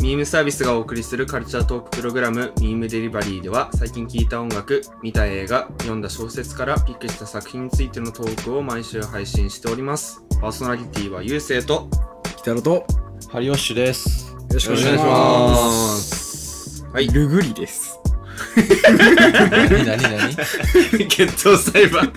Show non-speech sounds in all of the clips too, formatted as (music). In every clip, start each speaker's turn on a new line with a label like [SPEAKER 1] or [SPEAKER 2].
[SPEAKER 1] ミームサービスがお送りするカルチャートークプログラム「ミームデリバリー」では最近聴いた音楽見た映画読んだ小説からピックした作品についてのトークを毎週配信しておりますパーソナリティはゆうせいと
[SPEAKER 2] 北野とよ
[SPEAKER 3] ハリオッシュです。
[SPEAKER 2] ろしくお願いし
[SPEAKER 3] よろしくお
[SPEAKER 2] ま
[SPEAKER 3] 願
[SPEAKER 2] す
[SPEAKER 1] すはい
[SPEAKER 2] ルグリです
[SPEAKER 3] 何何何
[SPEAKER 1] 決闘裁判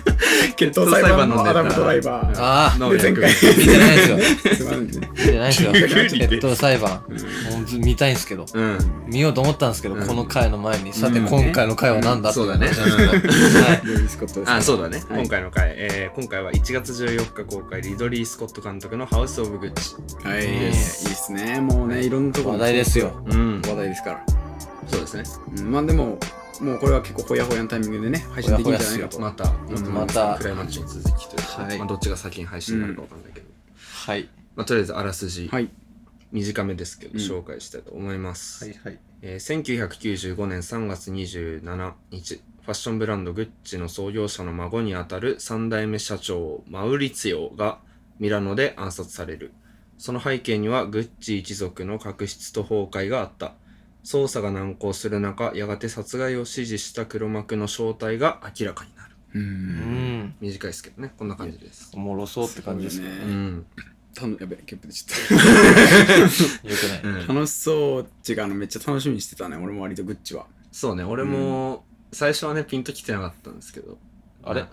[SPEAKER 1] 決
[SPEAKER 2] 闘裁判のアダムドライバー
[SPEAKER 3] ああ、
[SPEAKER 1] の略
[SPEAKER 2] 前回
[SPEAKER 3] 見てないですよ。
[SPEAKER 2] すまんね
[SPEAKER 3] 見てないですよ。
[SPEAKER 1] ルグリです
[SPEAKER 3] 決闘裁判。もうず見たいんですけど。
[SPEAKER 1] うん
[SPEAKER 3] 見ようと思ったんですけど、
[SPEAKER 1] うん
[SPEAKER 3] この回の前に。さて、
[SPEAKER 1] うん
[SPEAKER 3] 今回の回は何だってい
[SPEAKER 1] そうだね
[SPEAKER 3] 話なんですけどはい
[SPEAKER 2] ルグリスコットです
[SPEAKER 1] あそうだね、
[SPEAKER 2] はい
[SPEAKER 1] 今回の回、えー今回は1月14日公開リドリー・スコット監督の「ハウス・オブ・グッチ
[SPEAKER 2] はい
[SPEAKER 3] うん
[SPEAKER 2] いいっすねもうねいろんなところ
[SPEAKER 3] 話題ですよ」
[SPEAKER 1] うん
[SPEAKER 2] 話題ですから
[SPEAKER 1] そうですね
[SPEAKER 2] うんまあでももうこれは結構ほやほやのタイミングでね配信できるんじゃないかと
[SPEAKER 1] また、
[SPEAKER 2] ん
[SPEAKER 1] ま
[SPEAKER 3] ま
[SPEAKER 1] た
[SPEAKER 3] た
[SPEAKER 1] クライマッチに続きというか、
[SPEAKER 3] はい
[SPEAKER 1] まあ、どっちが先に配信になるかわかんないけど、
[SPEAKER 3] はい。
[SPEAKER 1] まあ、とりあえずあらすじ、
[SPEAKER 2] はい
[SPEAKER 1] 短めですけど
[SPEAKER 2] うん
[SPEAKER 1] 紹介したいと思います、
[SPEAKER 3] はい。
[SPEAKER 1] えー1995年3月27日ファッションブランドグッチの創業者の孫にあたる3代目社長マウリツィオがミラノで暗殺されるその背景にはグッチ一族の確執と崩壊があった捜査が難航する中やがて殺害を指示した黒幕の正体が明らかになる
[SPEAKER 2] う
[SPEAKER 3] うんん。
[SPEAKER 1] 短いですけどねこんな感じです
[SPEAKER 3] おもろそうって感じです
[SPEAKER 2] ご
[SPEAKER 3] ね。
[SPEAKER 2] いよ
[SPEAKER 1] う
[SPEAKER 2] ね
[SPEAKER 1] ん、
[SPEAKER 2] たのやべえゲップでちょっ
[SPEAKER 3] よくない。
[SPEAKER 2] と楽しそうっていうかあのめっちゃ楽しみにしてたね俺も割とグッチは
[SPEAKER 1] そうね俺も最初はねピンときてなかったんですけど
[SPEAKER 3] あれ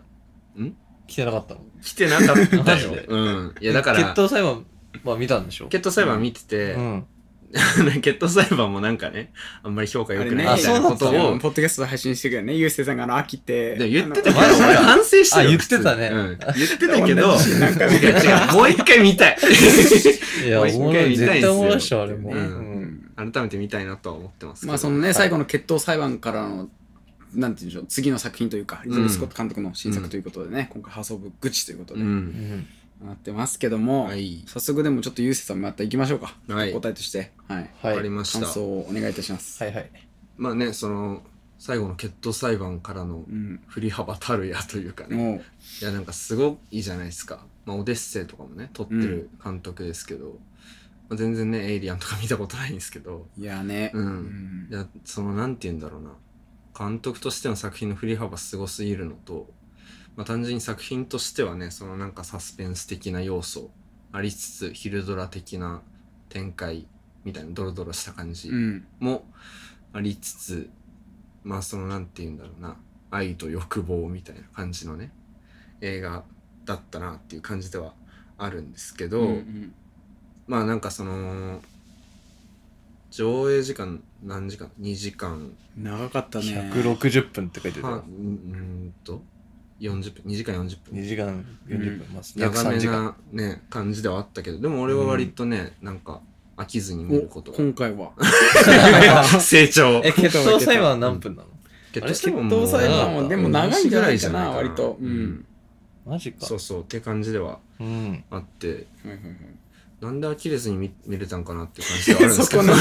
[SPEAKER 3] 来てなかったの
[SPEAKER 1] 来てなかった
[SPEAKER 3] マジ
[SPEAKER 1] よ
[SPEAKER 3] で
[SPEAKER 1] うんいやだから
[SPEAKER 3] 決闘裁判は見たんでしょ
[SPEAKER 1] 決闘裁判見てて、
[SPEAKER 3] うん
[SPEAKER 1] (laughs) 決闘裁判もなんかね、あんまり評価良くな
[SPEAKER 2] あ
[SPEAKER 1] い
[SPEAKER 2] れ
[SPEAKER 1] み
[SPEAKER 2] ね
[SPEAKER 1] たいなこと
[SPEAKER 2] ポ
[SPEAKER 3] そ
[SPEAKER 1] を、
[SPEAKER 2] ッドキャストで配信してくれねゆうせいさんがあの飽きて
[SPEAKER 1] でも言ってたけど、
[SPEAKER 3] あの
[SPEAKER 1] 俺反省してる
[SPEAKER 3] あ言ってたね
[SPEAKER 1] うん言ってたけど、
[SPEAKER 2] 同じシーン何回も
[SPEAKER 1] 違う違うもう一回見たい。 (laughs)
[SPEAKER 3] いや、
[SPEAKER 1] も
[SPEAKER 3] お
[SPEAKER 1] う一回
[SPEAKER 3] もろい。
[SPEAKER 1] 見たいん
[SPEAKER 3] 絶
[SPEAKER 1] ですよ
[SPEAKER 3] 対おもろいっしょ、あれも。
[SPEAKER 2] う
[SPEAKER 3] うんん。
[SPEAKER 1] 改めて見たいなとは思ってますけど。
[SPEAKER 2] まあそのね、最後の決闘裁判からの、なんていうんでしょう、次の作品というか、リトル・スコット監督の新作ということでね、今回、ハウス・オブ・グッチということ
[SPEAKER 1] う。
[SPEAKER 2] で、
[SPEAKER 3] うんん
[SPEAKER 2] なってますけども、
[SPEAKER 1] はい。
[SPEAKER 2] 早速でもちょっと、ゆうせいさんもやったら行きましょうか、
[SPEAKER 1] はい。わ
[SPEAKER 2] 答えとして、はい、
[SPEAKER 3] はい。
[SPEAKER 1] かり
[SPEAKER 3] は
[SPEAKER 1] まし
[SPEAKER 2] 感
[SPEAKER 1] た。
[SPEAKER 2] 想をお願いいたします。
[SPEAKER 3] いはい。
[SPEAKER 1] まあね、その、最後の決闘裁判からの
[SPEAKER 2] うん、
[SPEAKER 1] 振り幅たるやというかね。
[SPEAKER 2] も
[SPEAKER 1] いやなんかすごいじゃないですか、まあ、オデッセイとかもね撮ってる監督ですけど、まあ、全然ねエイリアンとか見たことないんですけど
[SPEAKER 2] う、いやね、
[SPEAKER 1] うん
[SPEAKER 2] うん
[SPEAKER 1] いやそのなんて言うんだろうな監督としての作品の振り幅すごすぎるのと、まあ、単純に作品としてはねそのなんかサスペンス的な要素ありつつ昼ドラ的な展開みたいなドロドロした感じ
[SPEAKER 2] うん、
[SPEAKER 1] もありつつまあそのなんて言うんだろうな愛と欲望みたいな感じのね映画だったなっていう感じではあるんですけど、
[SPEAKER 2] うんうん
[SPEAKER 1] まあなんかその上映時間何時間2時間
[SPEAKER 2] 長かったね。
[SPEAKER 3] 160分って書いてた
[SPEAKER 1] 半う
[SPEAKER 3] よ
[SPEAKER 1] ん。うんと40分2時間40分
[SPEAKER 3] 2時間40分、まあ、約
[SPEAKER 1] 長
[SPEAKER 3] 3
[SPEAKER 1] め
[SPEAKER 3] 時間。
[SPEAKER 1] な、ね、感じではあったけどでも俺は割とね、なんか飽きずに見る
[SPEAKER 2] お
[SPEAKER 1] ことが
[SPEAKER 2] 今回は。
[SPEAKER 1] (laughs) 成長
[SPEAKER 3] え、決闘裁判は何分なの
[SPEAKER 1] 決
[SPEAKER 3] あれ
[SPEAKER 1] 闘
[SPEAKER 3] 結
[SPEAKER 1] 裁
[SPEAKER 3] 構
[SPEAKER 1] 判
[SPEAKER 2] 決闘裁判
[SPEAKER 3] も
[SPEAKER 2] は
[SPEAKER 3] う
[SPEAKER 2] でも長いんじゃない
[SPEAKER 1] 同じ
[SPEAKER 2] かな、
[SPEAKER 1] ぐら
[SPEAKER 2] 割
[SPEAKER 1] いじゃない
[SPEAKER 2] と。うん。
[SPEAKER 3] マジか
[SPEAKER 1] そ。うそうって感じでは
[SPEAKER 3] うん。
[SPEAKER 1] あって
[SPEAKER 2] はいはいはい
[SPEAKER 1] なんで飽きれずに見見れたんかなっていう感じではあるんですけど
[SPEAKER 2] (laughs) そこ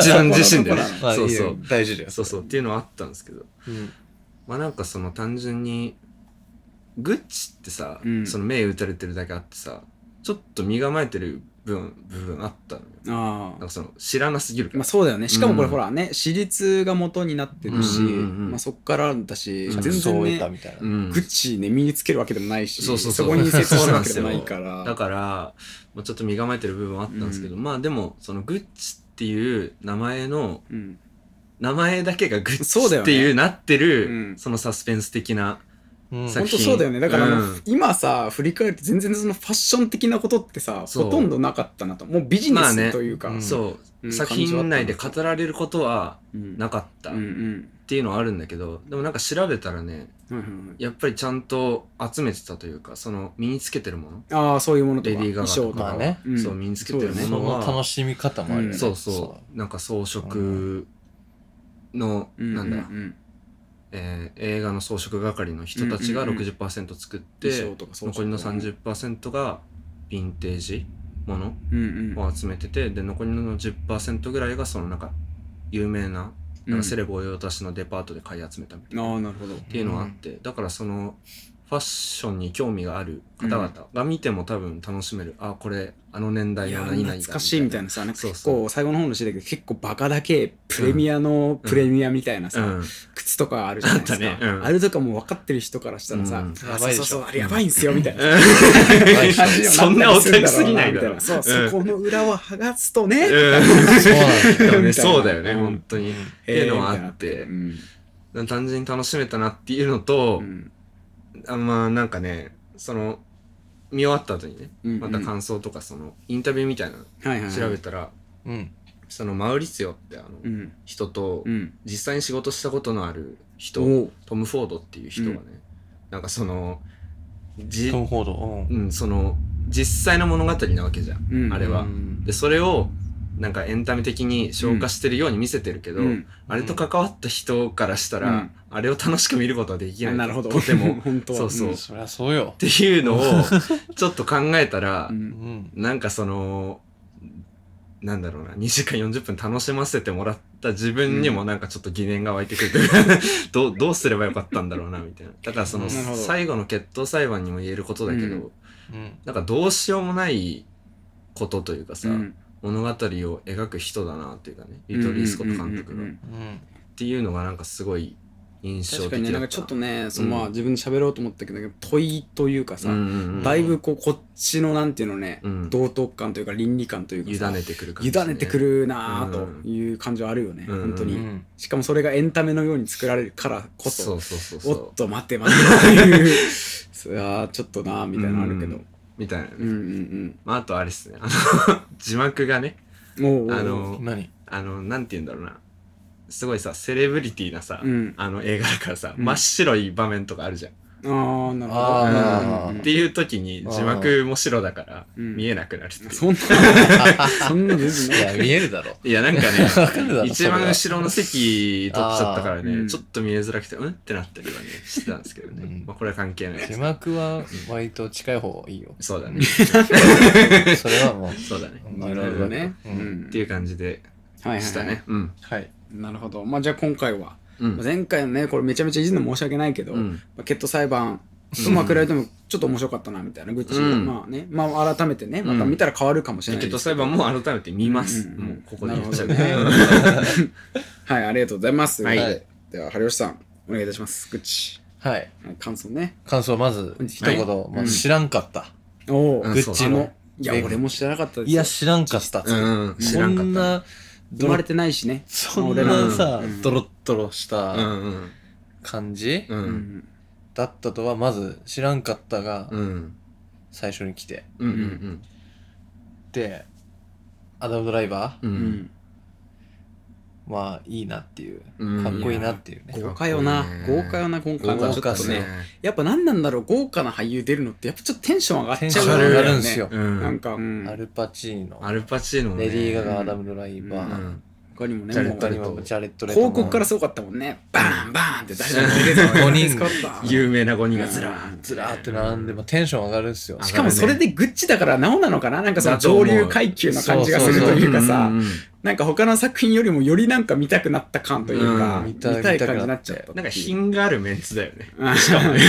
[SPEAKER 1] (laughs) 自分自身でね
[SPEAKER 2] そこ
[SPEAKER 3] まあ、
[SPEAKER 1] そうそ
[SPEAKER 3] いいうよ大事だよ。
[SPEAKER 1] そうそうっていうのはあったんですけど
[SPEAKER 3] うん。
[SPEAKER 1] まあなんかその単純にグッチってさ、
[SPEAKER 2] うん
[SPEAKER 1] その目打たれてるだけあってさちょっと身構えてる分部分あったのよ
[SPEAKER 2] ああ
[SPEAKER 1] なん。かその知らなすぎるか
[SPEAKER 2] ま
[SPEAKER 1] ら
[SPEAKER 2] あ、そうだよねしかもこ
[SPEAKER 1] う
[SPEAKER 2] れ
[SPEAKER 1] ん
[SPEAKER 2] ほらね、私立が元になってるし、
[SPEAKER 1] うんうんうんうん
[SPEAKER 2] まあ、そっからだし、
[SPEAKER 1] うん
[SPEAKER 2] 全
[SPEAKER 3] そう
[SPEAKER 2] 然
[SPEAKER 3] いった
[SPEAKER 2] ね
[SPEAKER 3] みたいな。
[SPEAKER 1] うん
[SPEAKER 2] グッチね身につけるわけでもないし
[SPEAKER 1] そうそうそう
[SPEAKER 2] こに接するわけで
[SPEAKER 1] そう
[SPEAKER 2] も
[SPEAKER 1] な
[SPEAKER 2] なんい
[SPEAKER 1] ですよ
[SPEAKER 2] から
[SPEAKER 1] だから、まあ、ちょっと身構えてる部分はあったんですけど、
[SPEAKER 2] う
[SPEAKER 1] まあでもそのグッチっていう名前の
[SPEAKER 2] うん
[SPEAKER 1] 名前だけがグッ
[SPEAKER 2] そうだ
[SPEAKER 1] チ
[SPEAKER 2] よ
[SPEAKER 1] っ
[SPEAKER 2] ね
[SPEAKER 1] ていうなってるそ,、
[SPEAKER 2] うん
[SPEAKER 1] のサスペンス的な
[SPEAKER 3] うん
[SPEAKER 1] さ
[SPEAKER 2] 本
[SPEAKER 1] っ
[SPEAKER 2] 当そうだよねだから、
[SPEAKER 1] うん
[SPEAKER 2] あの今さ振り返ると全然そのファッション的なことってさ
[SPEAKER 1] そう
[SPEAKER 2] ほとんどなかったなともうビジネ
[SPEAKER 1] まあね
[SPEAKER 2] スというか、
[SPEAKER 3] うん
[SPEAKER 1] そう、
[SPEAKER 2] うん
[SPEAKER 1] 作品内で語られることは
[SPEAKER 2] うん
[SPEAKER 1] なかったっ
[SPEAKER 2] うんうん
[SPEAKER 1] ていうのはあるんだけど、でもなんか調べたらね
[SPEAKER 2] はいはいはい
[SPEAKER 1] やっぱりちゃんと集めてたというかその身につけてるもの、
[SPEAKER 2] ああそういうものとか
[SPEAKER 1] レディー・ガガ
[SPEAKER 2] 衣
[SPEAKER 1] と
[SPEAKER 2] 装
[SPEAKER 1] か
[SPEAKER 2] と
[SPEAKER 3] ま
[SPEAKER 2] か、
[SPEAKER 3] あね
[SPEAKER 2] うん
[SPEAKER 1] そう身につけてるも
[SPEAKER 3] そ
[SPEAKER 1] のは
[SPEAKER 3] の楽しみ方もあるよね。
[SPEAKER 1] そうそうなんか装飾の、
[SPEAKER 2] うん
[SPEAKER 1] なんだ、
[SPEAKER 2] うんうん
[SPEAKER 1] えー映画の装飾係の人たちが
[SPEAKER 2] うんうんうん
[SPEAKER 1] 60%作って、
[SPEAKER 2] 衣装とか
[SPEAKER 1] 残りの
[SPEAKER 2] 30
[SPEAKER 1] 30%がヴィンテージもの
[SPEAKER 2] うんうん
[SPEAKER 1] を集めててで残りの10%ぐらいがそのなんか有名ななんかセレブを用達のデパートで買い集めたみたいな、
[SPEAKER 2] あ
[SPEAKER 1] っ
[SPEAKER 2] あなるほど
[SPEAKER 1] ていうのはあって、だからそのファッションに興味がある方々が見ても多分楽しめる、あこれあの年代
[SPEAKER 2] いや
[SPEAKER 1] の何々だ
[SPEAKER 2] 懐かしいみたいなさなんか
[SPEAKER 1] そう
[SPEAKER 2] 結
[SPEAKER 1] そう
[SPEAKER 2] 構最後の方の知りだけど結構バカだけプレミアのプレミアみたいなさ、 (laughs)
[SPEAKER 1] うん
[SPEAKER 2] 靴とかあるじゃないですか
[SPEAKER 1] あ
[SPEAKER 2] あ,、
[SPEAKER 1] ったねうん
[SPEAKER 2] れとかもう分かってる人からしたらさ、
[SPEAKER 1] うん
[SPEAKER 2] あそうそうそうあれやばいんすよみたいな、
[SPEAKER 3] は
[SPEAKER 2] (laughs)
[SPEAKER 3] い
[SPEAKER 2] 感じに
[SPEAKER 1] そんな
[SPEAKER 2] ったりす
[SPEAKER 1] オタ
[SPEAKER 2] るだろう
[SPEAKER 1] クすぎないだろ
[SPEAKER 2] みたいなそううんそこの裏を剥がすとね、
[SPEAKER 3] そうなんだ
[SPEAKER 1] うん
[SPEAKER 2] みたいな
[SPEAKER 1] そうだよね、
[SPEAKER 2] うん
[SPEAKER 1] 本当に。って
[SPEAKER 2] え
[SPEAKER 1] い
[SPEAKER 2] ー
[SPEAKER 1] うのはあって
[SPEAKER 2] う、ん
[SPEAKER 1] 単純に楽しめたなっていうのと
[SPEAKER 2] う、ん
[SPEAKER 1] あんまあなんかね、その、見終わった後にね、
[SPEAKER 2] うん
[SPEAKER 1] また感想とか、その、インタビューみたいなの
[SPEAKER 2] はいはい、
[SPEAKER 1] 調べたら、
[SPEAKER 3] うん。
[SPEAKER 1] その、マウリツィオってあの、
[SPEAKER 2] うん
[SPEAKER 1] 人と
[SPEAKER 2] う、ん
[SPEAKER 1] 実際に仕事したことのある人、
[SPEAKER 2] お
[SPEAKER 1] トム・フォードっていう人がね、なんかその、じ
[SPEAKER 3] ト、ム・フォード。うん
[SPEAKER 1] うん、その、実際の物語なわけじゃん。
[SPEAKER 2] うん
[SPEAKER 1] あれは
[SPEAKER 3] うん
[SPEAKER 1] で、それを、なんかエンタメ的に消化してるように見せてるけど、
[SPEAKER 2] うん
[SPEAKER 1] あれと関わった人からしたら、
[SPEAKER 2] うん
[SPEAKER 1] あれを楽しく見ることはできない。
[SPEAKER 2] なるほど
[SPEAKER 1] とても。っ
[SPEAKER 2] (laughs) 本当
[SPEAKER 1] そうそう
[SPEAKER 3] そりゃそうよ。
[SPEAKER 1] ていうのを、ちょっと考えたら、
[SPEAKER 2] (laughs) う
[SPEAKER 3] うんん。
[SPEAKER 1] なんかその、なんだろうな、2時間40分楽しませてもらった自分にもなんかちょっと疑念が湧いてくるというか、 (laughs) どうどうすればよかったんだろうな、みたいな。だからその、
[SPEAKER 3] な
[SPEAKER 2] るほど
[SPEAKER 1] 最後の決闘裁判にも言えることだけど、
[SPEAKER 2] うん
[SPEAKER 3] うん。
[SPEAKER 1] なんかどうしようもないことというかさ、
[SPEAKER 2] うん
[SPEAKER 1] 物語を描く人だなっていうかね、リトリー・スコット監督
[SPEAKER 2] うんうんう
[SPEAKER 1] が。っ
[SPEAKER 2] んうん
[SPEAKER 3] うん。
[SPEAKER 1] ていうのがなんかすごい印象
[SPEAKER 2] 確
[SPEAKER 1] 的
[SPEAKER 2] か
[SPEAKER 1] だ
[SPEAKER 2] にね
[SPEAKER 1] った
[SPEAKER 2] なんかちょっとねそのま
[SPEAKER 1] うん
[SPEAKER 2] あ自分で喋ろうと思ったけど問いというかさ、
[SPEAKER 1] うんうんうん
[SPEAKER 2] だいぶこうこっちのなんていうのね、
[SPEAKER 1] うん
[SPEAKER 2] 道徳感というか倫理観というか
[SPEAKER 1] 委
[SPEAKER 2] さ
[SPEAKER 1] ねてくる感
[SPEAKER 2] 委
[SPEAKER 1] じね、
[SPEAKER 2] ねてくるなあという感じはあるよね、
[SPEAKER 1] うん
[SPEAKER 2] 本当
[SPEAKER 3] う
[SPEAKER 2] に、
[SPEAKER 3] ん。
[SPEAKER 2] しかもそれがエンタメのように作られるからこそ
[SPEAKER 1] そうそうそうそ
[SPEAKER 2] おっ
[SPEAKER 1] う
[SPEAKER 2] と待て待てっていう (laughs) それはちょっとなあみたいなのあるけど、
[SPEAKER 1] みたいなね、
[SPEAKER 2] うん、うん
[SPEAKER 1] まあ、あとあれっすねあの (laughs) 字幕がね
[SPEAKER 2] うんもう
[SPEAKER 1] あの
[SPEAKER 3] (laughs) 何
[SPEAKER 1] あのなんて言うんだろうなすごいさセレブリティなさ、
[SPEAKER 2] うん
[SPEAKER 1] あの映画だからさ、
[SPEAKER 2] うん
[SPEAKER 1] 真っ白い場面とかあるじゃん、
[SPEAKER 2] あーなるほど
[SPEAKER 3] あー
[SPEAKER 2] うんうんうん
[SPEAKER 1] っていう時に字幕も白だから
[SPEAKER 2] うん
[SPEAKER 1] 見えなくなるっていう、
[SPEAKER 2] そんなそんな
[SPEAKER 1] (laughs)
[SPEAKER 2] 別
[SPEAKER 3] い
[SPEAKER 2] に
[SPEAKER 3] や、見えるだろ。
[SPEAKER 1] いやなんか
[SPEAKER 2] (laughs)
[SPEAKER 3] わ
[SPEAKER 1] ね
[SPEAKER 3] かるだろ。
[SPEAKER 1] 一番後ろの席取っちゃったからね、
[SPEAKER 2] あーうん
[SPEAKER 1] ちょっと見えづらくてうんってなったり
[SPEAKER 2] (laughs)
[SPEAKER 1] はねしてたんですけどね、
[SPEAKER 3] うん
[SPEAKER 1] まあこれは関係ない
[SPEAKER 3] それ
[SPEAKER 1] で
[SPEAKER 3] は字
[SPEAKER 1] す
[SPEAKER 3] 幕は割と近い方がい (laughs) いよ。
[SPEAKER 1] そう
[SPEAKER 2] (laughs)
[SPEAKER 1] だね
[SPEAKER 3] それはもう。
[SPEAKER 1] そうだね
[SPEAKER 3] うん
[SPEAKER 2] なるほどね、
[SPEAKER 3] う
[SPEAKER 2] うんん、
[SPEAKER 1] っていう感じで
[SPEAKER 2] はいはいはい
[SPEAKER 1] したねうん
[SPEAKER 3] はい。
[SPEAKER 2] なるほどまあじゃあ今回は
[SPEAKER 1] うん
[SPEAKER 2] 前回のねこれめちゃめちゃいじるの申し訳ないけど、
[SPEAKER 1] うん
[SPEAKER 2] まあ、決闘裁判とまあ比べてもちょっと面白かったなみたいなグッチが、
[SPEAKER 1] うん
[SPEAKER 2] まあねまあ改めてねまた
[SPEAKER 1] うん
[SPEAKER 2] 見たら変わるかもしれない
[SPEAKER 1] え
[SPEAKER 2] で
[SPEAKER 1] っと
[SPEAKER 2] すけ
[SPEAKER 1] 裁
[SPEAKER 2] ど、
[SPEAKER 1] 判も改めて見ます、
[SPEAKER 2] うんうん
[SPEAKER 1] もうここで言っちゃう (laughs)
[SPEAKER 2] なるほど
[SPEAKER 1] ね
[SPEAKER 2] はいありがとうございます、
[SPEAKER 1] はい
[SPEAKER 2] ででは春吉さんお願いいたしますグッチ、
[SPEAKER 3] はい。
[SPEAKER 2] はい、感想ね
[SPEAKER 3] 感想、まず、一言。
[SPEAKER 2] はい
[SPEAKER 3] まあ知らんかった。
[SPEAKER 2] おお、
[SPEAKER 1] うん
[SPEAKER 3] グッチ
[SPEAKER 2] あ
[SPEAKER 3] の
[SPEAKER 2] の。いや俺も知らなかったです
[SPEAKER 3] いや、知らんかった。
[SPEAKER 1] うんうん知らんかった
[SPEAKER 3] こんな、
[SPEAKER 2] 生まれてないしね
[SPEAKER 3] そん
[SPEAKER 2] 俺ら
[SPEAKER 3] な
[SPEAKER 2] の
[SPEAKER 3] さ
[SPEAKER 2] うん、
[SPEAKER 3] ドロッドロし
[SPEAKER 1] う
[SPEAKER 3] た
[SPEAKER 1] んうん
[SPEAKER 3] 感じ
[SPEAKER 1] う
[SPEAKER 2] うんん
[SPEAKER 3] だったとは、まず、知らんかったが
[SPEAKER 1] うんう、ん
[SPEAKER 3] 最初に来て。
[SPEAKER 1] うんうん
[SPEAKER 3] で、アダムドライバ
[SPEAKER 1] う
[SPEAKER 2] うんん
[SPEAKER 3] ーまあ、いいなっていう。
[SPEAKER 1] うん
[SPEAKER 3] かっこいいなっていうね。
[SPEAKER 2] 豪華よな
[SPEAKER 1] かっこいいね
[SPEAKER 2] 豪華よな今
[SPEAKER 1] 豪
[SPEAKER 2] 回はちょ
[SPEAKER 1] 華
[SPEAKER 2] っ
[SPEAKER 1] っ
[SPEAKER 2] と
[SPEAKER 1] す
[SPEAKER 2] ね
[SPEAKER 1] ね
[SPEAKER 2] やっぱ何なんだろう豪華な俳優出るのってやっぱちょっとテンション上がっちゃ
[SPEAKER 3] テ
[SPEAKER 2] う
[SPEAKER 3] ンション
[SPEAKER 1] 上がる
[SPEAKER 2] よね
[SPEAKER 3] んすよ
[SPEAKER 1] うん
[SPEAKER 2] なんか、うん
[SPEAKER 3] アルパチーノ、
[SPEAKER 1] アルパチーノもね
[SPEAKER 3] レディー・ガ
[SPEAKER 2] う
[SPEAKER 3] ガ、
[SPEAKER 2] ん
[SPEAKER 3] アダム・ドライバ
[SPEAKER 1] う
[SPEAKER 3] ー、
[SPEAKER 1] ん
[SPEAKER 2] 他にもね
[SPEAKER 1] ジャレ
[SPEAKER 2] も
[SPEAKER 1] ッ
[SPEAKER 2] う
[SPEAKER 1] トレ
[SPEAKER 3] 他にもジャレット・レトも
[SPEAKER 2] 広告からすごかったもんねバーンバーンって誰でも出てた
[SPEAKER 3] 五人
[SPEAKER 2] かった (laughs)
[SPEAKER 1] 有名な5人がずらーっ
[SPEAKER 3] ずらーって並んで、まあ、テンション上がるんすよ。
[SPEAKER 2] しかもそれでグッチだからなおなのかななんかその上流階級な感じがすると
[SPEAKER 3] そ
[SPEAKER 2] いうかさ
[SPEAKER 1] んんん
[SPEAKER 2] なんか他の作品よりもよりなんか見たくなった感というか、
[SPEAKER 1] うん
[SPEAKER 2] 見
[SPEAKER 3] 見たい
[SPEAKER 2] たい感じになっちゃった
[SPEAKER 1] なんか品があるメンツだよね
[SPEAKER 2] (laughs) うん
[SPEAKER 1] しかもね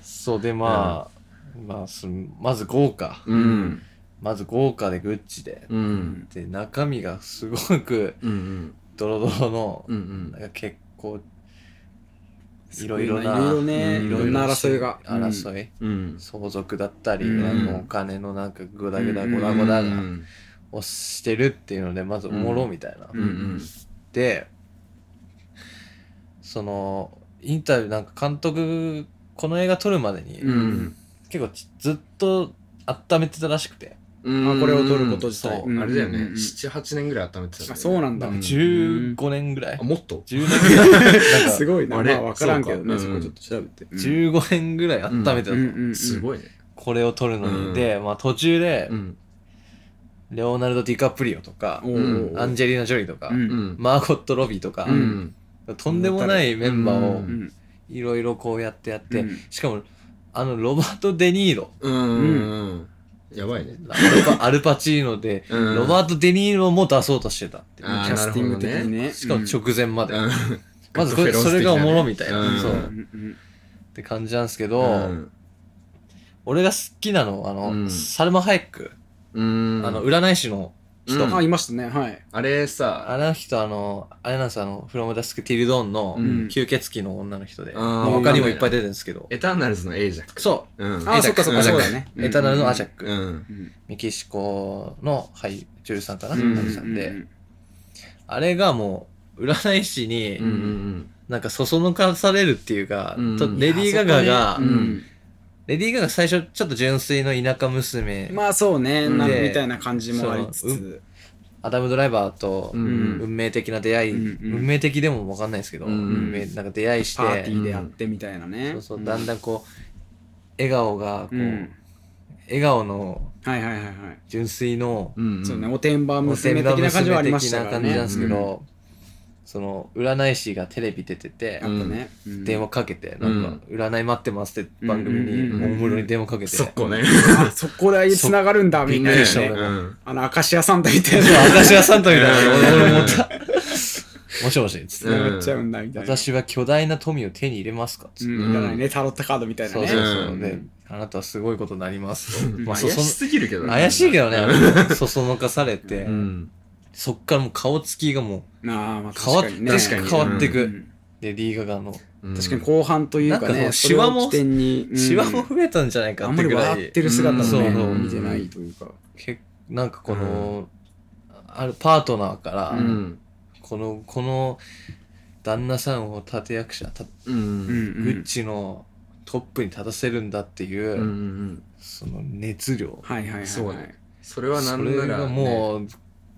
[SPEAKER 3] そうで、まあ、まあ、すまず豪華。
[SPEAKER 1] うん
[SPEAKER 3] まず豪華でグッチで。
[SPEAKER 1] うん
[SPEAKER 3] で、中身がすごく
[SPEAKER 1] うんうん
[SPEAKER 3] ドロドロの、
[SPEAKER 1] うんう
[SPEAKER 3] なんんか結構、い
[SPEAKER 2] すご
[SPEAKER 3] ろ
[SPEAKER 2] い
[SPEAKER 3] いろな、
[SPEAKER 2] いろいろね
[SPEAKER 3] うん
[SPEAKER 1] いろん
[SPEAKER 2] な争いがうん
[SPEAKER 3] 争い、
[SPEAKER 1] うん
[SPEAKER 3] 相続だったり、
[SPEAKER 1] うん
[SPEAKER 3] なんかお金のなんかグダグダ
[SPEAKER 2] うん
[SPEAKER 3] ゴラゴラ
[SPEAKER 1] う
[SPEAKER 3] が
[SPEAKER 1] ん
[SPEAKER 3] をしてるっていうので、まずおもろみたいな。
[SPEAKER 1] うんうん
[SPEAKER 3] でそのインタビューなんか監督この映画撮るまでに、
[SPEAKER 2] うん
[SPEAKER 3] 結構ちずっと温めてたらしくて、
[SPEAKER 1] うん
[SPEAKER 2] あこれを撮ること自体
[SPEAKER 3] そう
[SPEAKER 1] あれだよね、
[SPEAKER 2] うんうんうん
[SPEAKER 1] 78年ぐらい温めてたんだよね
[SPEAKER 2] あそうなんだ
[SPEAKER 3] なんか
[SPEAKER 2] ん
[SPEAKER 3] 15年ぐらい、
[SPEAKER 1] あもっと
[SPEAKER 3] 10年ぐらいなん
[SPEAKER 2] す
[SPEAKER 3] か
[SPEAKER 2] ごいな
[SPEAKER 1] あれ
[SPEAKER 2] まあ分からんけどね
[SPEAKER 1] そ
[SPEAKER 2] そう
[SPEAKER 1] か
[SPEAKER 2] こちょっと調べてうん
[SPEAKER 3] 15年ぐらい温めてた、
[SPEAKER 2] うんうんうん
[SPEAKER 1] すごいね
[SPEAKER 3] これを撮るのに、
[SPEAKER 1] うん
[SPEAKER 3] で、まあ、途中で、
[SPEAKER 1] うん
[SPEAKER 3] レオナルド・ディカプリオとか
[SPEAKER 2] お、
[SPEAKER 1] うん
[SPEAKER 2] ー
[SPEAKER 3] アンジェリーナ・ジョリーとか、
[SPEAKER 2] うん
[SPEAKER 1] うん
[SPEAKER 3] マーゴット・ロビーとか
[SPEAKER 1] う、ん
[SPEAKER 3] とんでもないメンバーを
[SPEAKER 1] うん
[SPEAKER 2] うん
[SPEAKER 3] いろいろこうやってやって、
[SPEAKER 2] うん
[SPEAKER 3] しかもあのロバート・デ・ニーロ
[SPEAKER 1] うんうんやばいね。
[SPEAKER 3] アルパアルパチーノで、
[SPEAKER 1] うん
[SPEAKER 3] ロバート・デ・ニーロも出そうとしてたっていう
[SPEAKER 1] あー
[SPEAKER 2] キャスティング的にね。
[SPEAKER 3] しかも直前まで、
[SPEAKER 1] うん
[SPEAKER 3] まずこれそれがおもろみたいな、
[SPEAKER 1] うん
[SPEAKER 3] そううんっ
[SPEAKER 2] うん
[SPEAKER 3] て感じなんですけ
[SPEAKER 1] う
[SPEAKER 3] ど、
[SPEAKER 1] ん
[SPEAKER 3] 俺が好きなのあの、
[SPEAKER 1] うん
[SPEAKER 3] サルマ・ハイク、
[SPEAKER 1] うん。
[SPEAKER 3] あの占い師の人、
[SPEAKER 1] うん
[SPEAKER 2] あ、いましたね。はい。
[SPEAKER 1] あれさ、
[SPEAKER 3] あの人あのあれなんですよあの「フロムダスク・ティル・ドーン」の
[SPEAKER 1] うん
[SPEAKER 3] 吸血鬼の女の人で、
[SPEAKER 1] あー
[SPEAKER 3] まあ他にもいっぱ
[SPEAKER 1] わかんないな
[SPEAKER 3] い出てるんですけど
[SPEAKER 1] エターナルズの A じゃん。
[SPEAKER 3] そ
[SPEAKER 1] うん。
[SPEAKER 2] あ、
[SPEAKER 3] エタック
[SPEAKER 2] そっ
[SPEAKER 1] エタ
[SPEAKER 2] かそっか、
[SPEAKER 1] ッ
[SPEAKER 2] そ
[SPEAKER 1] ク
[SPEAKER 2] うだね。
[SPEAKER 3] うエタナルのアジャ
[SPEAKER 2] ッ
[SPEAKER 3] ック、
[SPEAKER 1] うん。
[SPEAKER 2] ク。
[SPEAKER 3] メキシコの俳優さんかな、
[SPEAKER 1] うん
[SPEAKER 3] 俳優さんで、あれがもう占い師に、
[SPEAKER 1] うんうん
[SPEAKER 3] なんかそそのかされるっていうか、
[SPEAKER 1] うん
[SPEAKER 3] とレディー・ガガが、
[SPEAKER 1] そこね
[SPEAKER 2] うん
[SPEAKER 3] レディー・ガガ最初ちょっと純粋の田舎娘、
[SPEAKER 2] まあそうね、
[SPEAKER 1] うん
[SPEAKER 2] な
[SPEAKER 3] で
[SPEAKER 2] みたいな感じもありつつ。
[SPEAKER 3] アダム・ドライバーと
[SPEAKER 1] うん。うん
[SPEAKER 3] 運命的な出会い、
[SPEAKER 2] うんうん
[SPEAKER 3] 運命的でも分かんないですけど、
[SPEAKER 1] うん
[SPEAKER 3] 運命なんか出会いして
[SPEAKER 2] パーティーでやってみたいなね。
[SPEAKER 3] そうそうだんだんこう笑顔がこう、
[SPEAKER 2] うん。
[SPEAKER 3] 笑顔の
[SPEAKER 2] はいはいはいはい。
[SPEAKER 3] 純粋の
[SPEAKER 1] うん。
[SPEAKER 2] そうね、おてんば娘的な感じはありましたから
[SPEAKER 3] お
[SPEAKER 2] ね。
[SPEAKER 3] 手紙が娘的な感じなんですけ
[SPEAKER 2] う
[SPEAKER 3] ど、その占い師がテレビ出てて、
[SPEAKER 1] うん
[SPEAKER 2] やっぱね。うん
[SPEAKER 3] 電話。かけて、
[SPEAKER 1] うん
[SPEAKER 3] なんか占い待ってますって番組に
[SPEAKER 2] うん
[SPEAKER 1] うんうん
[SPEAKER 3] おもむろに電話かけて、
[SPEAKER 1] そ
[SPEAKER 3] (laughs)
[SPEAKER 1] こね。
[SPEAKER 2] あ、そこで繋がるんだ、み
[SPEAKER 1] みん
[SPEAKER 2] んな
[SPEAKER 1] な
[SPEAKER 2] で
[SPEAKER 1] で
[SPEAKER 2] し
[SPEAKER 1] し
[SPEAKER 2] ょ
[SPEAKER 1] ょ。。
[SPEAKER 3] う
[SPEAKER 1] うん
[SPEAKER 2] あの、明石家さんとみたいな。
[SPEAKER 3] 明石家さんとみたいな
[SPEAKER 1] うん
[SPEAKER 3] 俺も思ったもしもしっつって、
[SPEAKER 1] うん
[SPEAKER 2] 繋がっちゃうんだ、みたいな。
[SPEAKER 3] 私は巨大な富を手に入れますかっつ
[SPEAKER 2] う
[SPEAKER 3] って、
[SPEAKER 2] ん、いらないね、タロットカードみたいな
[SPEAKER 3] そう
[SPEAKER 2] ね。
[SPEAKER 3] そうそう、
[SPEAKER 1] うん
[SPEAKER 3] であなたはすごいことになりますと、
[SPEAKER 2] ん
[SPEAKER 3] まあ、
[SPEAKER 1] 怪
[SPEAKER 3] そ
[SPEAKER 1] し
[SPEAKER 3] そ
[SPEAKER 1] すぎるけどね
[SPEAKER 3] 怪しいけどねあれそそのかされて、
[SPEAKER 1] うん。
[SPEAKER 3] そっからもう顔つきがもう
[SPEAKER 2] ああ、まあ
[SPEAKER 3] 変わっ
[SPEAKER 2] 確か
[SPEAKER 3] て
[SPEAKER 2] にね。
[SPEAKER 1] 確かに
[SPEAKER 3] 変わってく、
[SPEAKER 2] うん
[SPEAKER 3] でリーガガの
[SPEAKER 1] うん
[SPEAKER 2] 確かに後半というか
[SPEAKER 3] なん
[SPEAKER 2] ね、
[SPEAKER 3] か
[SPEAKER 2] そ
[SPEAKER 3] そう
[SPEAKER 2] れを
[SPEAKER 3] シワも
[SPEAKER 2] 起点に、うん
[SPEAKER 3] シワも増えたんじゃないか
[SPEAKER 2] あ
[SPEAKER 3] っ
[SPEAKER 2] んま
[SPEAKER 3] て
[SPEAKER 2] り
[SPEAKER 3] ぐら
[SPEAKER 2] 笑
[SPEAKER 3] い
[SPEAKER 2] ってる姿もね、
[SPEAKER 3] うんそう
[SPEAKER 2] 見てないというか。
[SPEAKER 3] けなんかこの、あるパートナーから、
[SPEAKER 1] うん。
[SPEAKER 3] このこの旦那さんを立役者た
[SPEAKER 1] うん。
[SPEAKER 3] グッチのトップに立たせるんだっていう、
[SPEAKER 1] うんうんうん。
[SPEAKER 3] その熱量
[SPEAKER 2] はいはいはいはい。
[SPEAKER 1] そうねそれはな
[SPEAKER 3] そ
[SPEAKER 1] ん
[SPEAKER 3] れ
[SPEAKER 1] なら
[SPEAKER 3] が
[SPEAKER 1] ね、
[SPEAKER 3] もう、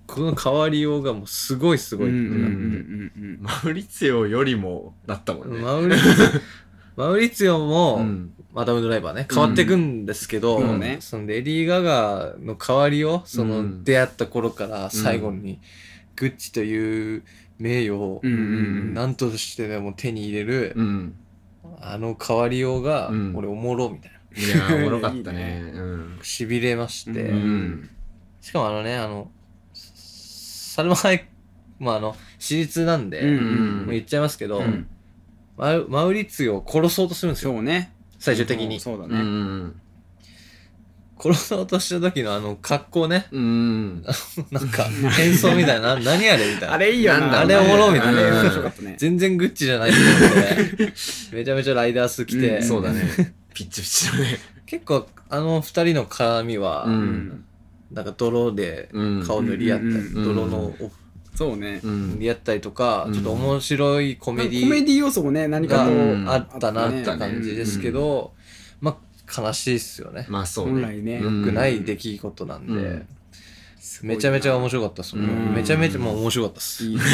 [SPEAKER 3] この変わりようがもうすごいすご
[SPEAKER 2] うん
[SPEAKER 3] い、
[SPEAKER 2] うんうんうん
[SPEAKER 1] マウリツィオよりもだったもんね。
[SPEAKER 3] マウリ (laughs) マウリツィオも、
[SPEAKER 1] うん
[SPEAKER 3] マダム・ドライバーね変わっていくんですけど、
[SPEAKER 2] うんそうね
[SPEAKER 3] そのレディー・ガガの代わりをその、
[SPEAKER 1] うん
[SPEAKER 3] 出会った頃から最後に、グッチという名誉を
[SPEAKER 2] うんうん
[SPEAKER 3] 何としてでも手に入れる、
[SPEAKER 1] うん。
[SPEAKER 3] あの変わりようが、
[SPEAKER 1] うん
[SPEAKER 3] 俺おもろみたいない
[SPEAKER 1] やー、おもろかった
[SPEAKER 2] いい
[SPEAKER 1] ね。うん。
[SPEAKER 3] しびれまして、
[SPEAKER 2] うん
[SPEAKER 1] うん
[SPEAKER 3] しかもあのねあのサルマハイまああの私立なんで、
[SPEAKER 2] うん
[SPEAKER 3] も
[SPEAKER 1] うん
[SPEAKER 3] う言っちゃいますけど、
[SPEAKER 2] うん
[SPEAKER 3] マウマウリツィオを殺そうとするんですよ
[SPEAKER 2] そうね。
[SPEAKER 3] 最終的に
[SPEAKER 2] そうだ
[SPEAKER 1] う
[SPEAKER 2] ね。
[SPEAKER 1] ん。
[SPEAKER 3] 殺そうとした時のあの格好ね
[SPEAKER 1] うん。
[SPEAKER 3] なんか、変装みたいな、な何あれみたいな。
[SPEAKER 2] あれいいよ
[SPEAKER 1] なん
[SPEAKER 2] な。
[SPEAKER 1] だ
[SPEAKER 3] あれおもろいね
[SPEAKER 2] あれ面白かったね。
[SPEAKER 3] 全然グッチじゃないと思って、めちゃめちゃライダース着
[SPEAKER 2] う
[SPEAKER 3] て、
[SPEAKER 2] ん
[SPEAKER 1] そうだね。ピッチピチだね。
[SPEAKER 3] 結構、あの二人の絡みは、
[SPEAKER 1] うん。
[SPEAKER 3] なんか泥で
[SPEAKER 1] うん。
[SPEAKER 3] 顔塗り合ったり、
[SPEAKER 2] うんうん
[SPEAKER 1] うん
[SPEAKER 3] 泥のお
[SPEAKER 2] そうね。
[SPEAKER 1] う
[SPEAKER 3] 塗
[SPEAKER 1] ん。
[SPEAKER 3] り合ったりとか、
[SPEAKER 1] うん
[SPEAKER 3] ちょっと面白いコ
[SPEAKER 2] コ
[SPEAKER 3] メデ
[SPEAKER 2] コメ
[SPEAKER 3] ィ
[SPEAKER 2] ディ要素もね、何か
[SPEAKER 3] が
[SPEAKER 2] と、
[SPEAKER 1] うん
[SPEAKER 3] あったなって
[SPEAKER 1] あったね
[SPEAKER 3] 感じですけど、まあ、悲しいっすよね。
[SPEAKER 1] まあそう
[SPEAKER 2] 本
[SPEAKER 1] ね。
[SPEAKER 2] 来ね
[SPEAKER 1] う。ん
[SPEAKER 3] 良くない出来事なんで、
[SPEAKER 1] うん
[SPEAKER 3] めちゃめちゃ面
[SPEAKER 2] 白
[SPEAKER 3] 白かったっす、
[SPEAKER 2] うん
[SPEAKER 3] めちゃめちゃもう面白かったっす。
[SPEAKER 2] いな。
[SPEAKER 3] は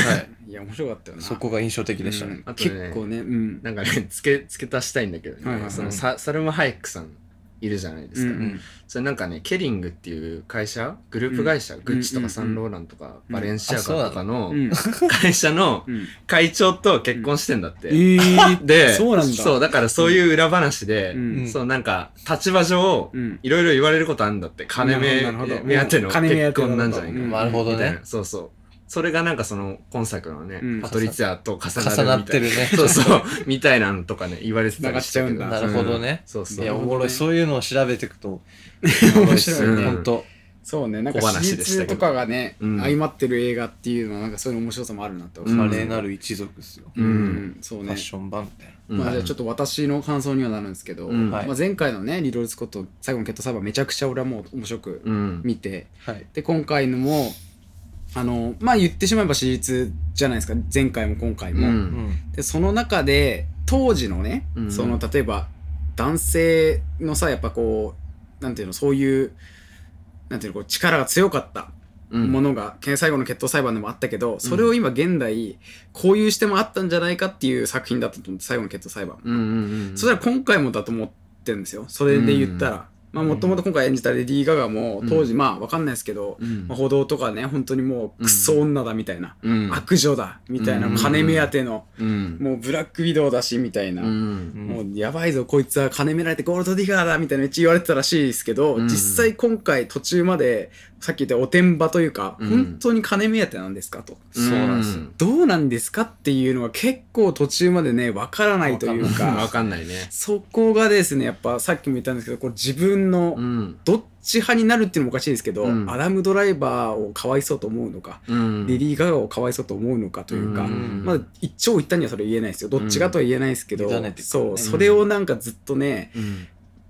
[SPEAKER 3] い。
[SPEAKER 2] いや、面白かったよな。
[SPEAKER 3] そこが印象的でしたね。
[SPEAKER 2] うん
[SPEAKER 1] あとね
[SPEAKER 2] 結構ね、うん。
[SPEAKER 1] なんかね、付け、付け足したいんだけど
[SPEAKER 2] はいはい
[SPEAKER 1] ね。
[SPEAKER 2] はい
[SPEAKER 1] そのササルマ・ハイクさんいるじゃないです
[SPEAKER 2] う
[SPEAKER 1] か
[SPEAKER 2] ん。
[SPEAKER 1] それなんかね、ケリングっていう会社、グループ会社、グッチとかサンローランとか
[SPEAKER 2] うん
[SPEAKER 1] バレンシアガとかの
[SPEAKER 2] うん。
[SPEAKER 1] 会社の
[SPEAKER 2] うん
[SPEAKER 1] 会長と結婚してんだって。
[SPEAKER 2] え
[SPEAKER 1] (laughs)
[SPEAKER 2] ー
[SPEAKER 1] で、
[SPEAKER 2] そうなんだ
[SPEAKER 1] そう、だからそういう裏話で、
[SPEAKER 2] うん
[SPEAKER 1] そう、なんか、立場上、
[SPEAKER 2] うん
[SPEAKER 1] いろいろ言われることあるんだって。金目
[SPEAKER 2] なるほどなるほど
[SPEAKER 1] 目当ての
[SPEAKER 2] 金目
[SPEAKER 1] 結
[SPEAKER 2] 当ての
[SPEAKER 1] 婚なんじゃないか。
[SPEAKER 2] うん
[SPEAKER 3] なるほど
[SPEAKER 1] みたい
[SPEAKER 3] ね。
[SPEAKER 1] な。そうそう。それがなんかその、今作のね、
[SPEAKER 2] うん
[SPEAKER 1] パトリツィアと重なるみたいな。
[SPEAKER 3] 重なってるね。
[SPEAKER 1] (laughs) そうそう、みたいなのとかね、言われてたりしたけど。
[SPEAKER 2] 繋
[SPEAKER 3] がっちゃうんだなるほどね
[SPEAKER 1] うんそうそ。
[SPEAKER 3] いうや、
[SPEAKER 2] な
[SPEAKER 3] お
[SPEAKER 2] るほどね
[SPEAKER 3] もろい。そういうのを調べていくと、
[SPEAKER 2] 面白いね。
[SPEAKER 3] 本当
[SPEAKER 2] そうね、なんか
[SPEAKER 1] 小話
[SPEAKER 2] 史
[SPEAKER 1] でした
[SPEAKER 2] 実
[SPEAKER 1] けど
[SPEAKER 2] とかがね、
[SPEAKER 1] うん
[SPEAKER 2] 相まってる映画っていうのは、なんかそういう面白さもあるなって思
[SPEAKER 1] うん
[SPEAKER 3] 華麗なる一族ですよ。
[SPEAKER 2] う。うん、そう
[SPEAKER 3] ファ
[SPEAKER 2] ね
[SPEAKER 3] ッ。ション版みたいな。
[SPEAKER 1] うん
[SPEAKER 2] まあ、じゃあちょっと私の感想にはなるんですけど、
[SPEAKER 1] うん
[SPEAKER 2] ま
[SPEAKER 3] はい
[SPEAKER 2] あ、前回のね、リロール・スコット、最後の決闘裁判、めちゃくちゃ俺はもう面白く
[SPEAKER 1] うん。
[SPEAKER 2] 見て、
[SPEAKER 3] はい。
[SPEAKER 2] で、今回のも、あの、まあ言ってしまえば史実じゃないですか、前回も今回
[SPEAKER 1] う。
[SPEAKER 2] も。
[SPEAKER 3] うんん。
[SPEAKER 2] でその中で当時のね、
[SPEAKER 1] うん
[SPEAKER 2] その例えば男性のさやっぱこうなんていうのそういうなんていうのこう力が強かった
[SPEAKER 1] うん
[SPEAKER 2] ものが、最後の決闘裁判でもあったけどそれを今現代こういうしてもあったんじゃないかっていう作品だったと思って最後の決闘裁判、
[SPEAKER 1] うんうんうん。
[SPEAKER 2] そしたら今回もだと思ってるんですよそれで言ったら、まあもともと今回演じたレディー・ガガも
[SPEAKER 1] うん
[SPEAKER 2] 当時まあわかんないですけど、
[SPEAKER 1] うん
[SPEAKER 2] まあ、報道とかね本当にもうクソ女だみたいな、
[SPEAKER 1] うん
[SPEAKER 2] 悪女だみたいな、
[SPEAKER 1] うん
[SPEAKER 2] 金目当ての
[SPEAKER 1] うん
[SPEAKER 2] もうブラックウィドウだしみたいな、
[SPEAKER 1] うん
[SPEAKER 2] もうやばいぞこいつは金められてゴールドディガーだみたいなうち言われてたらしいですけど、
[SPEAKER 1] うん
[SPEAKER 2] 実際今回途中までさっき言ったおてんばというか、
[SPEAKER 1] うん
[SPEAKER 2] 本当に金目当てなんですかと。
[SPEAKER 3] そうなんですよ
[SPEAKER 2] どうなんですかっていうのが結構途中までねわからないという
[SPEAKER 1] うん
[SPEAKER 2] か
[SPEAKER 1] わかんないね
[SPEAKER 2] そこがですねやっぱさっきも言ったんですけどこれ自分の
[SPEAKER 1] うん
[SPEAKER 2] どっち派になるっていうのもおかしいですけど、
[SPEAKER 1] うん
[SPEAKER 2] アダム・ドライバーをかわいそうと思うのか、
[SPEAKER 1] うん
[SPEAKER 2] レディー・ガガをかわいそうと思うのかというか、
[SPEAKER 1] うん
[SPEAKER 2] まあ一長一短にはそれ言えないですよどっちがとは言えないですけど、
[SPEAKER 3] うん委ねてくるね
[SPEAKER 2] そうそれをなんかずっとね
[SPEAKER 1] うん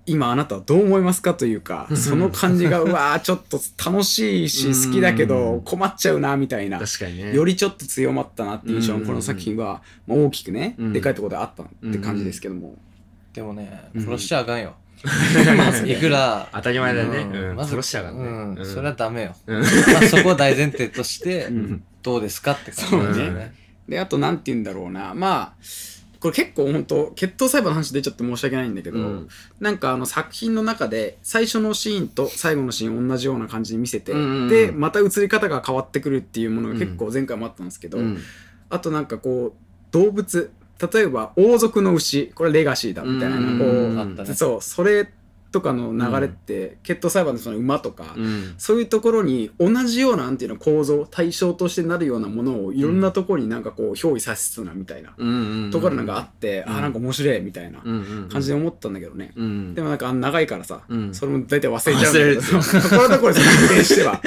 [SPEAKER 2] 今あなたはどう思いますかというか、
[SPEAKER 1] ん
[SPEAKER 2] その感
[SPEAKER 1] (laughs)
[SPEAKER 2] じがうわーちょっと楽しいし好きだけ
[SPEAKER 1] う
[SPEAKER 2] ど
[SPEAKER 1] ん
[SPEAKER 2] 困っちゃうなみたいな。
[SPEAKER 1] 確かにね (laughs)
[SPEAKER 2] よりちょっと強まったなっていう印象
[SPEAKER 1] うん
[SPEAKER 2] はこの作品はまあ大きくね、
[SPEAKER 1] うん
[SPEAKER 2] でかいところであったって感じですけども、
[SPEAKER 3] でもね、
[SPEAKER 2] うん
[SPEAKER 3] 殺しちゃあかんよ。
[SPEAKER 1] まず
[SPEAKER 3] いくら、
[SPEAKER 1] 当たり前だよね
[SPEAKER 3] うん
[SPEAKER 1] うん
[SPEAKER 3] まず
[SPEAKER 1] 殺しちゃうからね
[SPEAKER 3] うん
[SPEAKER 1] うん
[SPEAKER 3] それはダメよ。
[SPEAKER 1] うん
[SPEAKER 3] まあそこを大前提として
[SPEAKER 2] う、ん
[SPEAKER 3] どうですかって感じなんですよね。
[SPEAKER 2] であとなんて言うんだろうなまあこれ結構本当決闘裁判の話出ちゃって申し訳ないんだけど、
[SPEAKER 1] うん
[SPEAKER 2] なんかあの作品の中で最初のシーンと最後のシーン同じような感じに見せて、
[SPEAKER 1] うんうんうん
[SPEAKER 2] でまた映り方が変わってくるっていうものが結構前回もあったんですけど、
[SPEAKER 1] うん
[SPEAKER 2] あとなんかこう動物例えば王族の牛これレガシーだみたいな、
[SPEAKER 1] うん
[SPEAKER 2] こ
[SPEAKER 1] うん
[SPEAKER 2] う
[SPEAKER 3] あったね。
[SPEAKER 2] そうそれとかの流れって、決闘裁判のその馬とか、
[SPEAKER 1] うん
[SPEAKER 2] そういうところに同じようななんていうの構造対象としてなるようなものをいろんなところになんかこう憑依させつつなみたいな、
[SPEAKER 1] うん
[SPEAKER 2] ところなんかあって、
[SPEAKER 1] ん
[SPEAKER 2] あーなんか面白いみたいな
[SPEAKER 1] うんうん
[SPEAKER 2] 感じで思ったんだけどね、
[SPEAKER 1] うん
[SPEAKER 2] でもなんかあの長いからさ、
[SPEAKER 1] うん
[SPEAKER 2] それも大体忘れちゃうんだけど
[SPEAKER 1] 忘れる
[SPEAKER 2] そうところどころで発見してはあ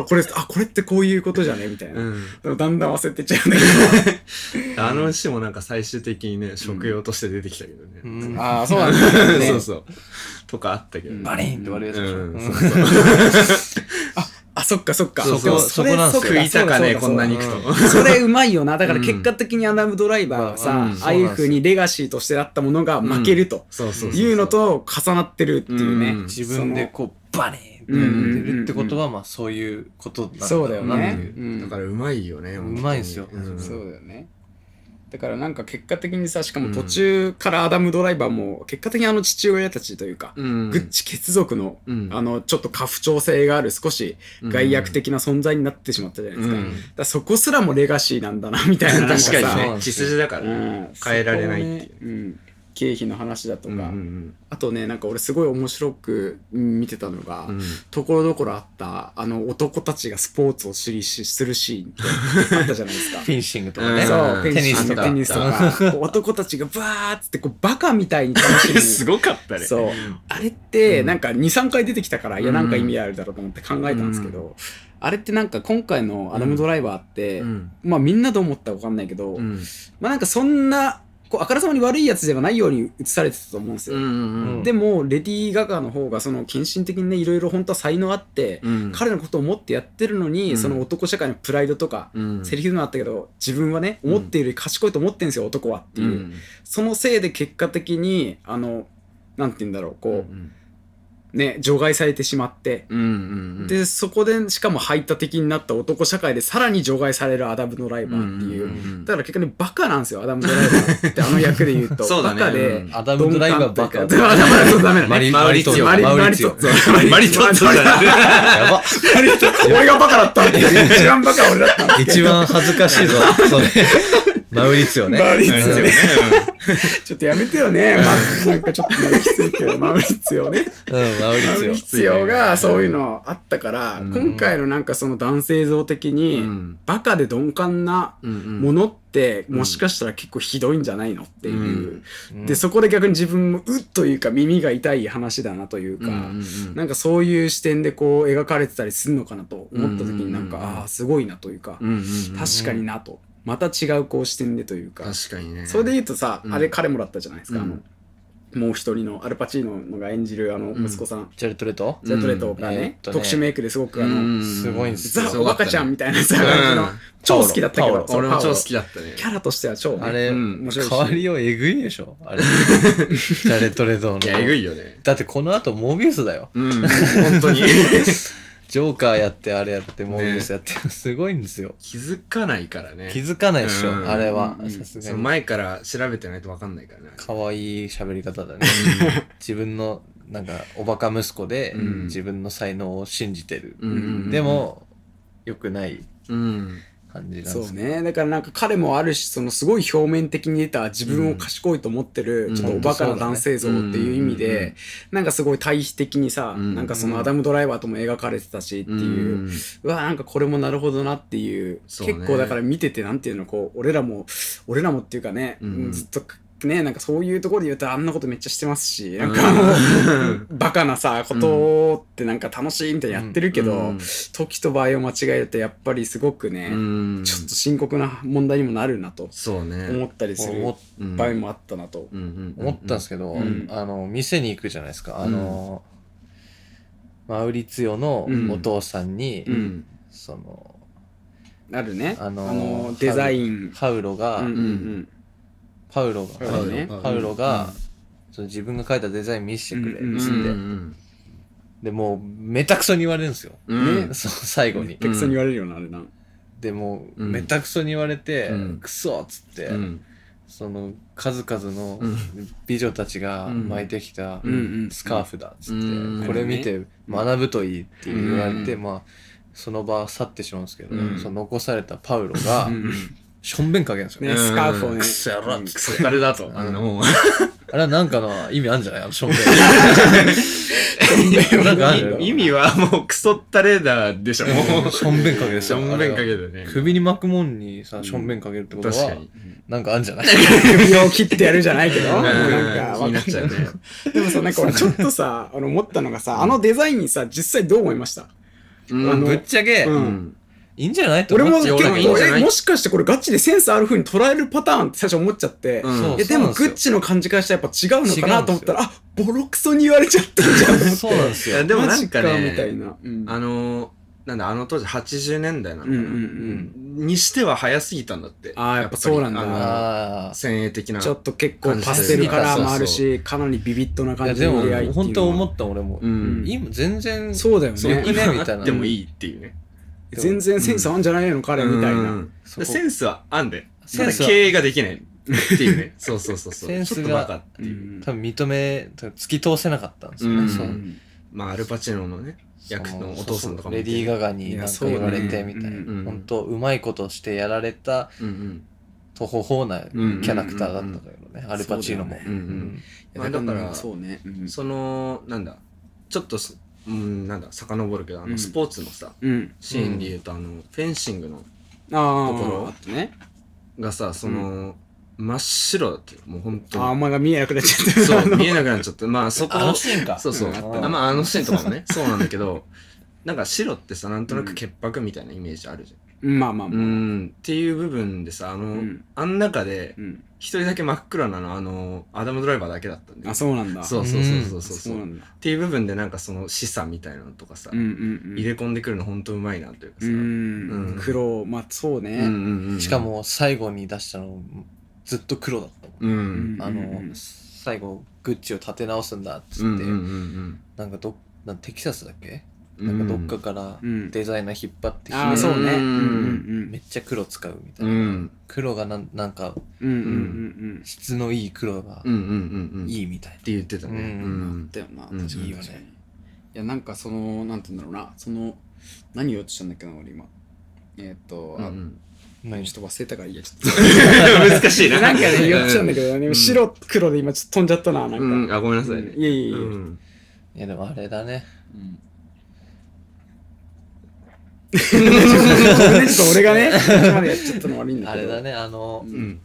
[SPEAKER 2] あこれあこれってこういうことじゃねみたいな、
[SPEAKER 1] うん
[SPEAKER 2] でもだんだん忘れてっちゃうんだけ
[SPEAKER 1] あの詩もなんか最終的にね食用として出てきたけどね
[SPEAKER 3] う
[SPEAKER 2] ど
[SPEAKER 3] (laughs) ん
[SPEAKER 2] ああそうなんだよね
[SPEAKER 1] そうそうとかあったけど
[SPEAKER 3] バリンって割れるやつでしょ
[SPEAKER 1] うん
[SPEAKER 3] うん
[SPEAKER 2] あそっかそっか
[SPEAKER 1] そうそう
[SPEAKER 2] それ
[SPEAKER 3] そこなんすよ
[SPEAKER 2] そっか
[SPEAKER 1] 食いたかね
[SPEAKER 2] そうだ
[SPEAKER 1] こんな肉と
[SPEAKER 2] それうまいよなだから結果的にアダム・ドライバーがさ、
[SPEAKER 3] うん
[SPEAKER 2] ああいうふうにレガシーとしてあったものが負けると
[SPEAKER 1] そうそう
[SPEAKER 2] いうのと重なってるっていうね、
[SPEAKER 1] うん
[SPEAKER 3] 自分でこう、バリンって出てるってことは、まあそういうことなんだろ
[SPEAKER 2] そうだよ
[SPEAKER 1] う
[SPEAKER 3] なってい
[SPEAKER 2] ねうん
[SPEAKER 1] んだからうまいよね
[SPEAKER 3] う
[SPEAKER 1] 本当に
[SPEAKER 3] まいんすよ
[SPEAKER 1] うん
[SPEAKER 2] そうだよねだからなんか結果的にさしかも途中からアダム・ドライバーも結果的にあの父親たちというか、
[SPEAKER 1] うん
[SPEAKER 2] グッチ血族の、
[SPEAKER 1] うん
[SPEAKER 2] あのちょっと過不調性がある少し害悪的な存在になってしまったじゃないですか,、
[SPEAKER 1] うん
[SPEAKER 2] だからそこすらもレガシーなんだなみたいななんさ
[SPEAKER 1] 確か
[SPEAKER 3] そう
[SPEAKER 1] に
[SPEAKER 3] なん
[SPEAKER 1] ね
[SPEAKER 3] です
[SPEAKER 1] 血
[SPEAKER 3] よ
[SPEAKER 1] 筋だから
[SPEAKER 2] うん
[SPEAKER 1] ね変えられないっていう
[SPEAKER 2] そこをねうん経費の話だとか、
[SPEAKER 1] うんうん
[SPEAKER 2] あとねなんか俺すごい面白く見てたのが、
[SPEAKER 1] うん
[SPEAKER 2] ところどころあったあの男たちがスポーツをしりしするシーンってあったじゃないで
[SPEAKER 1] (laughs)
[SPEAKER 2] すか
[SPEAKER 3] フィニッシングとか
[SPEAKER 1] う
[SPEAKER 3] ね。
[SPEAKER 1] ん
[SPEAKER 2] そう、
[SPEAKER 1] テ
[SPEAKER 2] テ
[SPEAKER 1] ニ
[SPEAKER 2] ニ
[SPEAKER 1] ス
[SPEAKER 2] ス
[SPEAKER 1] と
[SPEAKER 2] と
[SPEAKER 1] か
[SPEAKER 2] か。テニスとか。こう男たちがバーっつって、こう、バカみたいに楽
[SPEAKER 1] (laughs)
[SPEAKER 2] し
[SPEAKER 1] す
[SPEAKER 2] む。
[SPEAKER 1] ごかったね
[SPEAKER 2] そう。あれって、なんか2、3回出てきたから、いや、なんか意味あるだろうと思って考えたんですけど、あれってなんか今回のアダムドライバーって、
[SPEAKER 1] うん
[SPEAKER 2] まあみんなどう思ったかわかんないけど、
[SPEAKER 1] うん
[SPEAKER 2] まあなんかそんな、こう、あからさまに悪いやつではないように映されてたと思うんです
[SPEAKER 1] う
[SPEAKER 2] よ。
[SPEAKER 1] んうん
[SPEAKER 2] でも、レディー・ガガの方が、その、献身的にね、いろいろ本当は才能あって、
[SPEAKER 1] うん
[SPEAKER 2] 彼のことを思ってやってるのに、
[SPEAKER 1] うん
[SPEAKER 2] その男社会のプライドとか、
[SPEAKER 1] うん
[SPEAKER 2] セリフでもあったけど自分はね思っているより賢いと思ってるんですよ、男はっていう、
[SPEAKER 1] うん
[SPEAKER 2] そのせいで結果的にあのなんて言うんだろうこう、
[SPEAKER 1] うん
[SPEAKER 2] ね除外されてしまって、
[SPEAKER 1] うんうんうん
[SPEAKER 2] でそこでしかも排他的になった男社会でさらに除外されるアダム・ドライバーっていう、
[SPEAKER 1] うんうんうん
[SPEAKER 2] だから結局ねバカなんですよアダム・ドライバーってあの役で言う
[SPEAKER 1] (laughs)
[SPEAKER 2] と
[SPEAKER 1] そうだね
[SPEAKER 2] バカで、
[SPEAKER 1] うん
[SPEAKER 3] アダム・ドライバーばっか
[SPEAKER 2] 鈍感というかア (laughs) ダムドライバーそうダメだね
[SPEAKER 3] マリ
[SPEAKER 1] マ
[SPEAKER 3] マ
[SPEAKER 1] リ
[SPEAKER 3] リ
[SPEAKER 1] ツ
[SPEAKER 3] ツ
[SPEAKER 1] ヨ
[SPEAKER 3] ヨ。
[SPEAKER 2] マリマ
[SPEAKER 3] マ
[SPEAKER 2] リ
[SPEAKER 3] リ
[SPEAKER 2] ツ
[SPEAKER 3] ツ
[SPEAKER 2] ヨ
[SPEAKER 3] ヨ。
[SPEAKER 1] マリト (laughs) ッツォじゃない
[SPEAKER 3] やば。
[SPEAKER 2] 俺がバカだったって一番バカは俺だったの
[SPEAKER 3] (laughs) 一番恥ずかしいぞ、それ。 (laughs) マウリツヨね。
[SPEAKER 2] マウリツヨね
[SPEAKER 1] うん
[SPEAKER 2] ちょっとやめてよね、まあ、なんかちょっとねきついけどマウリツヨね
[SPEAKER 3] うん、マウリツヨ。
[SPEAKER 2] 必要がそういうのあったから、
[SPEAKER 1] うん
[SPEAKER 2] 今回のなんかその男性像的に、
[SPEAKER 1] うん
[SPEAKER 2] バカで鈍感な
[SPEAKER 1] うん
[SPEAKER 2] ものっ
[SPEAKER 1] う
[SPEAKER 2] て、
[SPEAKER 1] ん
[SPEAKER 2] もしかしたら結構ひどいんじゃないのっていう、
[SPEAKER 3] うん
[SPEAKER 2] でそこで逆に自分もうっというか耳が痛い話だなというか、
[SPEAKER 1] うんうん
[SPEAKER 2] なんかそういう視点でこう描かれてたりするのかなと思った時になんか、
[SPEAKER 1] うんうんうん
[SPEAKER 2] ああすごいなというか、
[SPEAKER 1] うんうんうん
[SPEAKER 2] 確かになとまた違うこう視点でというか
[SPEAKER 1] 確かにね
[SPEAKER 2] それで言うとさ、
[SPEAKER 1] うん
[SPEAKER 2] あれ彼もらったじゃないですか、
[SPEAKER 1] うん
[SPEAKER 2] あのもう一人のアルパチーノが演じるあの
[SPEAKER 1] うん
[SPEAKER 2] 息子さん、
[SPEAKER 3] ジャルトレト
[SPEAKER 2] ジャットレトがね,、
[SPEAKER 3] うんえーっとね
[SPEAKER 2] 特殊メイクですごくあの、
[SPEAKER 1] うん
[SPEAKER 3] すごいんです
[SPEAKER 2] ザ・おバカちゃんみたいなさ、
[SPEAKER 1] うん
[SPEAKER 2] 感じの超好きだったけ
[SPEAKER 3] パオ
[SPEAKER 2] ど
[SPEAKER 3] ロ
[SPEAKER 2] そう
[SPEAKER 1] 俺も超
[SPEAKER 2] パオ
[SPEAKER 1] 好
[SPEAKER 2] ロ
[SPEAKER 1] きだったね
[SPEAKER 2] キャラとしては超ね
[SPEAKER 3] あれ、
[SPEAKER 1] うん
[SPEAKER 2] 面白いし
[SPEAKER 3] 変わりようえぐいでしょあれ。ジャレトレトの。
[SPEAKER 1] いやえぐ
[SPEAKER 3] い。
[SPEAKER 1] いよね
[SPEAKER 3] だってこの後モービウスだよ。
[SPEAKER 1] うん本当に
[SPEAKER 3] ジョーカーやって、あれやって、モービウスやって、すごいんですよ。
[SPEAKER 1] (laughs) 気づかないからね
[SPEAKER 3] 気づかないでしょ、
[SPEAKER 1] うん
[SPEAKER 3] あれは
[SPEAKER 2] うん。
[SPEAKER 3] さす
[SPEAKER 1] そ
[SPEAKER 3] が
[SPEAKER 1] の
[SPEAKER 3] に。
[SPEAKER 1] 前から調べてないと分かんないからね
[SPEAKER 3] 可愛い喋り方だね。自分のなんかおバカ息子で
[SPEAKER 1] うん
[SPEAKER 3] 自分の才能を信じてる、
[SPEAKER 1] うんうん
[SPEAKER 3] でも良くない
[SPEAKER 1] うん
[SPEAKER 3] 感じなん
[SPEAKER 2] そ
[SPEAKER 3] で
[SPEAKER 2] う
[SPEAKER 3] すね
[SPEAKER 2] ねだからなんか彼もあるしそのすごい表面的に出た自分を賢いと思ってる、
[SPEAKER 1] うん
[SPEAKER 2] ちょっとおバカな男性像っていう意味で、
[SPEAKER 1] うん
[SPEAKER 2] なんかすごい対比的にさ、
[SPEAKER 1] うん
[SPEAKER 2] なんかそのアダム・ドライバーとも描かれてたしっていう、うわなんかこれもなるほどなっていう
[SPEAKER 1] そうね
[SPEAKER 2] 結構だから見ててなんていうのこう俺らも俺らもっていうかね、
[SPEAKER 1] うん
[SPEAKER 2] ずっとねなんかそういうところで言うとあんなことめっちゃしてますしなんか、
[SPEAKER 1] うん
[SPEAKER 2] バカなさことってなんか楽しいみたいにやってるけど、
[SPEAKER 1] うん
[SPEAKER 2] 時と場合を間違えるとやっぱりすごくね、
[SPEAKER 1] うん
[SPEAKER 2] ちょっと深刻な問題にもなるなと
[SPEAKER 1] そう
[SPEAKER 2] 思
[SPEAKER 1] ね
[SPEAKER 2] ったりする
[SPEAKER 3] 思
[SPEAKER 2] 場合もあったなと。
[SPEAKER 3] 思ったんです
[SPEAKER 1] け
[SPEAKER 3] けど、
[SPEAKER 2] うん
[SPEAKER 3] あの店に行くじゃないですかあの、マウリツヨのお父さんに、
[SPEAKER 2] う
[SPEAKER 1] うんん
[SPEAKER 3] その
[SPEAKER 2] あるね。あ
[SPEAKER 3] あの
[SPEAKER 2] の
[SPEAKER 3] ー
[SPEAKER 2] デザイン。
[SPEAKER 3] パウロが、
[SPEAKER 2] うんうん
[SPEAKER 3] パウロが、
[SPEAKER 2] パウロね
[SPEAKER 3] パウロが、その自分が描いたデザイン見せてくれっ
[SPEAKER 2] うん
[SPEAKER 1] うん
[SPEAKER 3] つって、
[SPEAKER 1] うん
[SPEAKER 3] でもうめたくそに言われるんですよ、
[SPEAKER 1] うん
[SPEAKER 2] ね
[SPEAKER 3] その最後
[SPEAKER 2] うん。
[SPEAKER 3] に、
[SPEAKER 2] テクソに言われるよな、あれな。
[SPEAKER 3] でもう
[SPEAKER 1] うん
[SPEAKER 3] めたくそに言われて、
[SPEAKER 1] うん
[SPEAKER 3] クソっつって、
[SPEAKER 1] うん
[SPEAKER 3] その数々の
[SPEAKER 1] うん
[SPEAKER 3] 美女たちが
[SPEAKER 1] うん
[SPEAKER 3] 巻いてきた
[SPEAKER 2] うんうん
[SPEAKER 3] スカーフだっつって、
[SPEAKER 1] うん
[SPEAKER 3] これ見て学ぶといいって言われて、
[SPEAKER 1] うん
[SPEAKER 3] まあその場去ってしまうんですけど、
[SPEAKER 1] うん
[SPEAKER 3] その残されたパウロが
[SPEAKER 2] うん
[SPEAKER 3] しょんべんかけるんですよね、
[SPEAKER 2] ねスカーフをね
[SPEAKER 1] うんクソ野郎
[SPEAKER 2] うん
[SPEAKER 1] クソ彼だとあの
[SPEAKER 3] あれはなんかの意味あるんじゃないあのしょんべん
[SPEAKER 2] (laughs)
[SPEAKER 3] なんかある
[SPEAKER 1] 意味はもうクソったれだでしょもう
[SPEAKER 3] しょんべんかけです
[SPEAKER 1] し
[SPEAKER 3] よ
[SPEAKER 1] ょんべんかけだね
[SPEAKER 3] 首に巻くもんにさしょんべんかけるってこと
[SPEAKER 1] 確
[SPEAKER 3] は、
[SPEAKER 1] かに
[SPEAKER 3] なんかあるんじゃない
[SPEAKER 2] 首を切ってやるじゃないけど、
[SPEAKER 1] うん
[SPEAKER 2] なんか
[SPEAKER 1] 気
[SPEAKER 2] わか
[SPEAKER 1] に
[SPEAKER 2] ん
[SPEAKER 1] な
[SPEAKER 2] な
[SPEAKER 1] っ
[SPEAKER 2] い
[SPEAKER 1] ちゃうね
[SPEAKER 2] でもさ、なんか俺ちょっとさ、あの思ったのがさ、あのデザインにさ、実際どう思いました
[SPEAKER 1] うん
[SPEAKER 2] あの
[SPEAKER 3] ぶっちゃけ、
[SPEAKER 2] うん
[SPEAKER 3] いいんじゃないと
[SPEAKER 2] 俺
[SPEAKER 3] 思
[SPEAKER 2] も
[SPEAKER 3] っち
[SPEAKER 2] 結
[SPEAKER 3] ゃ
[SPEAKER 1] 俺
[SPEAKER 3] う
[SPEAKER 1] もいいん
[SPEAKER 2] 構、
[SPEAKER 1] じゃない
[SPEAKER 2] え、もしかしてこれガチでセンスある風に捉えるパターンって最初思っちゃって、
[SPEAKER 1] うん
[SPEAKER 3] そう
[SPEAKER 2] いやでもグッチの感じからしたらやっぱ違うのかなと思ったら、あボロクソに言われちゃったじゃんと思って。
[SPEAKER 3] そうなんです
[SPEAKER 1] い
[SPEAKER 3] よ
[SPEAKER 1] やでも
[SPEAKER 2] マ
[SPEAKER 1] な
[SPEAKER 2] ジ
[SPEAKER 1] んかね
[SPEAKER 2] みたいな。うん
[SPEAKER 1] あのなんだあの当時80年代なのか
[SPEAKER 2] うんうんう。
[SPEAKER 1] なんにしては早すぎたんだって
[SPEAKER 2] あーやっぱそうなんだ
[SPEAKER 1] やっぱりあ
[SPEAKER 3] あ
[SPEAKER 1] の先鋭的な
[SPEAKER 2] ちょっと結構パステルカラーもあるし、かなりビビッドな
[SPEAKER 3] あいや
[SPEAKER 2] 感じ
[SPEAKER 3] で
[SPEAKER 2] の出会いって
[SPEAKER 3] も
[SPEAKER 2] いうのは
[SPEAKER 3] 本当思った俺も、
[SPEAKER 1] うん
[SPEAKER 3] 今全然
[SPEAKER 2] そうだよ
[SPEAKER 3] そう
[SPEAKER 2] ね。
[SPEAKER 3] ね
[SPEAKER 1] 今
[SPEAKER 3] みたいな
[SPEAKER 1] あってもいいっていうね
[SPEAKER 2] 全然センスあんじゃないの彼みたい
[SPEAKER 1] うん
[SPEAKER 2] な。
[SPEAKER 3] そ
[SPEAKER 1] で
[SPEAKER 3] こ
[SPEAKER 1] センスはあんで
[SPEAKER 3] センス
[SPEAKER 1] た
[SPEAKER 3] は
[SPEAKER 1] だ経営ができないっていうねそうそうそう (laughs) そう
[SPEAKER 3] セン
[SPEAKER 1] ち
[SPEAKER 3] スが
[SPEAKER 1] ょっとバカっていう、
[SPEAKER 3] 多分認め多分突き通せなかったんですよね、
[SPEAKER 1] うん
[SPEAKER 3] そう
[SPEAKER 1] まあアルパチーノのね役のお父さんとかも
[SPEAKER 3] レディー・ガガになんか言われてみたいな、
[SPEAKER 2] いやそう
[SPEAKER 1] だねうん
[SPEAKER 3] 本当うまいことしてやられた
[SPEAKER 1] うんうん
[SPEAKER 3] 途方法なキ
[SPEAKER 1] うん
[SPEAKER 3] ャラクターだったからね、アルパチーノも、
[SPEAKER 2] そう
[SPEAKER 1] うんうんまあだから
[SPEAKER 2] そうね。うん
[SPEAKER 1] そのなんだちょっとすうんなんだ遡るけどあ
[SPEAKER 2] う
[SPEAKER 1] の
[SPEAKER 2] ん
[SPEAKER 1] スポーツのさ、
[SPEAKER 2] うん。
[SPEAKER 1] シーンで言うとあのフェンシングの
[SPEAKER 2] あ
[SPEAKER 1] ところ
[SPEAKER 2] あ、あとね。
[SPEAKER 1] がさその、真っ白だってもう本
[SPEAKER 2] あー、お
[SPEAKER 1] 当
[SPEAKER 2] 前が見えなくなっちゃっ
[SPEAKER 1] に
[SPEAKER 2] た。
[SPEAKER 1] そ
[SPEAKER 2] あの
[SPEAKER 1] う見えなくなっちゃってまあそこ
[SPEAKER 3] あのシーンか
[SPEAKER 1] そうそう、
[SPEAKER 2] うんあ
[SPEAKER 3] ったね
[SPEAKER 1] あまああのシーンとかもね (laughs) そうなんだけどなんか白ってさなんとなく潔白みたいなイメージあるじ
[SPEAKER 2] (laughs) うんまあまあ
[SPEAKER 1] ゃん、う
[SPEAKER 2] まあ。
[SPEAKER 1] ん、っていう部分でさあの、
[SPEAKER 2] うん
[SPEAKER 1] あん中で
[SPEAKER 2] うん
[SPEAKER 1] 一人だけ真っ黒なのあのアダム・ドライバーだけだったんだ
[SPEAKER 2] あ、
[SPEAKER 1] よ
[SPEAKER 2] そうなんだ。
[SPEAKER 1] そうそうそうそうそう
[SPEAKER 2] そうなんだ。
[SPEAKER 1] っていう部分でなんかその示唆みたいなのとかさ、
[SPEAKER 2] うんうんうん。
[SPEAKER 1] 入れ込んでくるのほんとうまいなというか
[SPEAKER 2] う
[SPEAKER 1] さ、うん
[SPEAKER 2] ん。黒、まあそう
[SPEAKER 1] うんう
[SPEAKER 2] ね。
[SPEAKER 1] んうん
[SPEAKER 3] しかも最後に出したのずっと黒だったも
[SPEAKER 1] う
[SPEAKER 3] ん
[SPEAKER 1] んう
[SPEAKER 2] うんん
[SPEAKER 3] あの、
[SPEAKER 2] うん
[SPEAKER 3] 最後グッチを立て直すんだっつって、
[SPEAKER 1] うんうんうん
[SPEAKER 3] なんかどなんテキサスだっけ、
[SPEAKER 1] うん
[SPEAKER 3] なんかどっかから
[SPEAKER 2] うん
[SPEAKER 3] デザイナー引っ張ってきて、
[SPEAKER 2] ああ、そうね。
[SPEAKER 1] う
[SPEAKER 2] うんん
[SPEAKER 3] めっちゃ黒使うみた
[SPEAKER 1] う
[SPEAKER 3] い
[SPEAKER 1] ん
[SPEAKER 3] な、
[SPEAKER 1] うん
[SPEAKER 3] 黒がなんなんか
[SPEAKER 2] うんうんうんうん
[SPEAKER 3] 質のいい黒が
[SPEAKER 1] うんうんうんっ
[SPEAKER 3] いいみたい
[SPEAKER 1] て言ってたね
[SPEAKER 3] うん
[SPEAKER 2] うん。あったよな、
[SPEAKER 1] うん
[SPEAKER 2] 確か
[SPEAKER 3] いい
[SPEAKER 2] に
[SPEAKER 3] よね
[SPEAKER 2] 確かに。いや、なんかその、なんて言うんだろうな、その、何を言おうとしたんだっけな、俺今。えーっと、
[SPEAKER 1] う
[SPEAKER 2] あ
[SPEAKER 1] ん
[SPEAKER 3] な、
[SPEAKER 2] ちょっと忘れたからいいや、ちょっ
[SPEAKER 1] (laughs) 難しい
[SPEAKER 2] と。
[SPEAKER 1] な
[SPEAKER 2] なんかね、言っちゃうんだ
[SPEAKER 1] け
[SPEAKER 2] けどね、白黒で今ちょっと飛んじゃったな、なんか。
[SPEAKER 1] うん、あごめんなさいね、
[SPEAKER 2] いやいやいや。
[SPEAKER 1] うん
[SPEAKER 3] いやでもあれだね
[SPEAKER 2] ごめんねちょっと俺が (laughs) ね、こっちまでやっちゃったの悪いんだ
[SPEAKER 3] あ
[SPEAKER 2] け
[SPEAKER 3] れ
[SPEAKER 2] ど。
[SPEAKER 3] だねあの、
[SPEAKER 2] うん
[SPEAKER 1] うん。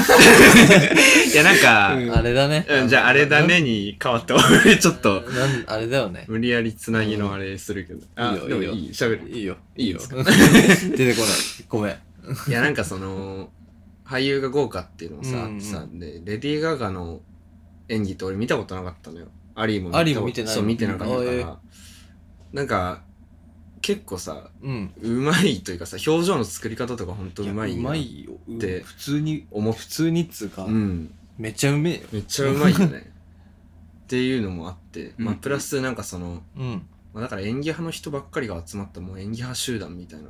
[SPEAKER 1] いや、なんか、
[SPEAKER 2] うん
[SPEAKER 3] あれだね、
[SPEAKER 1] うんじゃあ、あれだねに変わった。俺、ちょっと、
[SPEAKER 3] なんあれだよね
[SPEAKER 1] 無理やりつなぎのあれするけど。あ、
[SPEAKER 3] いい
[SPEAKER 1] で
[SPEAKER 3] よ
[SPEAKER 1] も
[SPEAKER 3] いいよ
[SPEAKER 1] いい、喋る。
[SPEAKER 3] いいよ
[SPEAKER 1] いいよ
[SPEAKER 3] (laughs) 出てこないごめん
[SPEAKER 1] いや、なんかその、俳優が豪華っていうのもさ、
[SPEAKER 3] うんうん
[SPEAKER 1] さ、で、レディー・ガガの演技って俺見たことなかったのよ。アリーも
[SPEAKER 3] アリーも見てない
[SPEAKER 1] そう、見てなかったか
[SPEAKER 3] うんあえ
[SPEAKER 1] ら。なんか、結構さ、
[SPEAKER 3] うん
[SPEAKER 1] うまいというかさ、表情の作り方とかほんとうまい
[SPEAKER 3] や
[SPEAKER 1] な
[SPEAKER 3] うまいようん
[SPEAKER 1] で
[SPEAKER 3] 普通に
[SPEAKER 1] 思っ
[SPEAKER 3] 普通にっつうか、
[SPEAKER 1] うん。
[SPEAKER 3] めっちゃうめえよ
[SPEAKER 1] めっちゃうまいよねっていうのもあって、まあ、
[SPEAKER 2] うん
[SPEAKER 1] プラスなんかその、
[SPEAKER 3] うん
[SPEAKER 1] まあ、だから演技派の人ばっかりが集まったもう演技派集団みたいな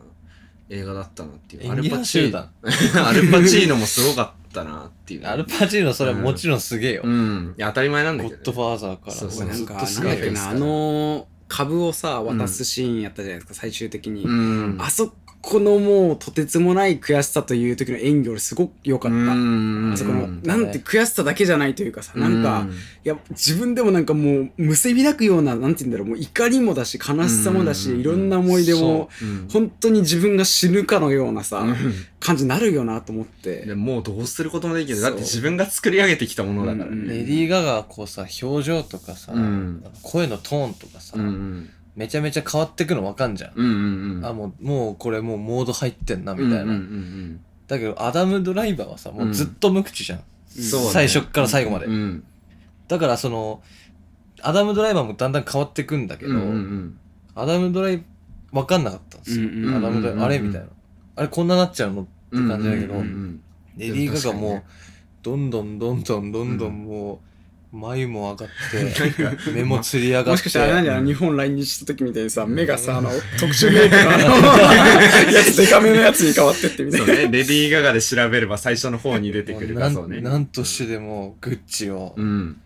[SPEAKER 1] 映画だったなっていう。
[SPEAKER 3] イ
[SPEAKER 1] ア
[SPEAKER 3] ン
[SPEAKER 1] ル
[SPEAKER 3] ディ
[SPEAKER 1] パ
[SPEAKER 3] ア
[SPEAKER 1] チ
[SPEAKER 3] 集
[SPEAKER 1] ーノ。 (laughs)
[SPEAKER 3] 団。
[SPEAKER 1] アルパチーノもすごかったなっていう。
[SPEAKER 3] アルパチーノ、それはもちろんすげえよ。
[SPEAKER 1] うん。いや、当たり前なんだ
[SPEAKER 3] ゴ
[SPEAKER 1] けど
[SPEAKER 3] ッ
[SPEAKER 1] ね。
[SPEAKER 3] ドファーザーから。
[SPEAKER 1] そうそう
[SPEAKER 2] 俺な
[SPEAKER 1] ず
[SPEAKER 2] んか
[SPEAKER 1] っと
[SPEAKER 2] な
[SPEAKER 1] ス
[SPEAKER 2] ん
[SPEAKER 1] カ
[SPEAKER 2] だ
[SPEAKER 1] イ
[SPEAKER 2] っ
[SPEAKER 1] フェ
[SPEAKER 2] け
[SPEAKER 1] イス
[SPEAKER 2] な
[SPEAKER 1] か
[SPEAKER 2] あ
[SPEAKER 1] ら
[SPEAKER 2] の株をさ渡すシーンやったじゃないですか、最終的に、
[SPEAKER 1] うん。
[SPEAKER 2] あそこのもうとてつもない悔しさという時の演技俺すごく良かった、
[SPEAKER 1] うん
[SPEAKER 2] あそこの、
[SPEAKER 1] うん
[SPEAKER 2] なんて悔しさだけじゃないというかさ、なんか、
[SPEAKER 1] うん
[SPEAKER 2] いや、自分でもなんかもう、むせびだくような、なんて言うんだろう、もう怒りもだし、悲しさも
[SPEAKER 1] う
[SPEAKER 2] だ
[SPEAKER 1] んうん
[SPEAKER 2] し、いろんな思い出も、
[SPEAKER 1] うん
[SPEAKER 2] 本当に自分が死ぬかのようなさ、
[SPEAKER 1] う
[SPEAKER 2] 感じになるよなと思って。
[SPEAKER 1] んでもうどうすることもできる。
[SPEAKER 2] そ
[SPEAKER 1] だ
[SPEAKER 2] う
[SPEAKER 1] って自分が作り上げてきたものだから
[SPEAKER 2] うんうん
[SPEAKER 1] ね。
[SPEAKER 3] レディー・ガガはこうさ、表情とかさ、
[SPEAKER 1] うん
[SPEAKER 3] なんか声のトーンとかさ、
[SPEAKER 1] うん
[SPEAKER 3] めちゃめちゃ変わってくのわかんじゃん。
[SPEAKER 1] うんうんうん。
[SPEAKER 3] あ、もう、もうこれもうモード入ってんな、みたいな。
[SPEAKER 1] うんうんうん
[SPEAKER 3] だけど、アダム・ドライバーはさ、もうずっと無口じゃん。
[SPEAKER 1] うんそうね
[SPEAKER 3] 最初から最後まで。
[SPEAKER 1] うん。
[SPEAKER 3] だから、その、アダム・ドライバーもだんだん変わってくんだけ
[SPEAKER 1] け
[SPEAKER 3] ど、
[SPEAKER 1] ど、うん
[SPEAKER 3] アダム・ドライバー、わかんなかったんですよ。
[SPEAKER 2] うんうん
[SPEAKER 3] アダムドライバーあれみたいな。あれ、こんななっちゃうのって
[SPEAKER 1] うん
[SPEAKER 3] 感じだけど、
[SPEAKER 1] うんうん
[SPEAKER 3] レディー・ガガも
[SPEAKER 1] 確
[SPEAKER 3] どんどんどんどんどんどんもう眉も上がって
[SPEAKER 1] なんか
[SPEAKER 3] 目もつり上が
[SPEAKER 2] も
[SPEAKER 3] っ
[SPEAKER 2] しかしたら、なん
[SPEAKER 3] て
[SPEAKER 2] じゃ
[SPEAKER 1] うん
[SPEAKER 2] 日本来日した時みたいにさ、
[SPEAKER 1] うん
[SPEAKER 2] 目がさ、あの、 (laughs) 特殊メイクのあのやつ、デカめのやつに変わってってみたい
[SPEAKER 1] そう
[SPEAKER 2] な。
[SPEAKER 1] ね、レディー・ガガで調べれば最初の方に出てくる
[SPEAKER 3] もう
[SPEAKER 1] 画像ね。
[SPEAKER 3] なんなんとしてでもグッチを
[SPEAKER 1] うん。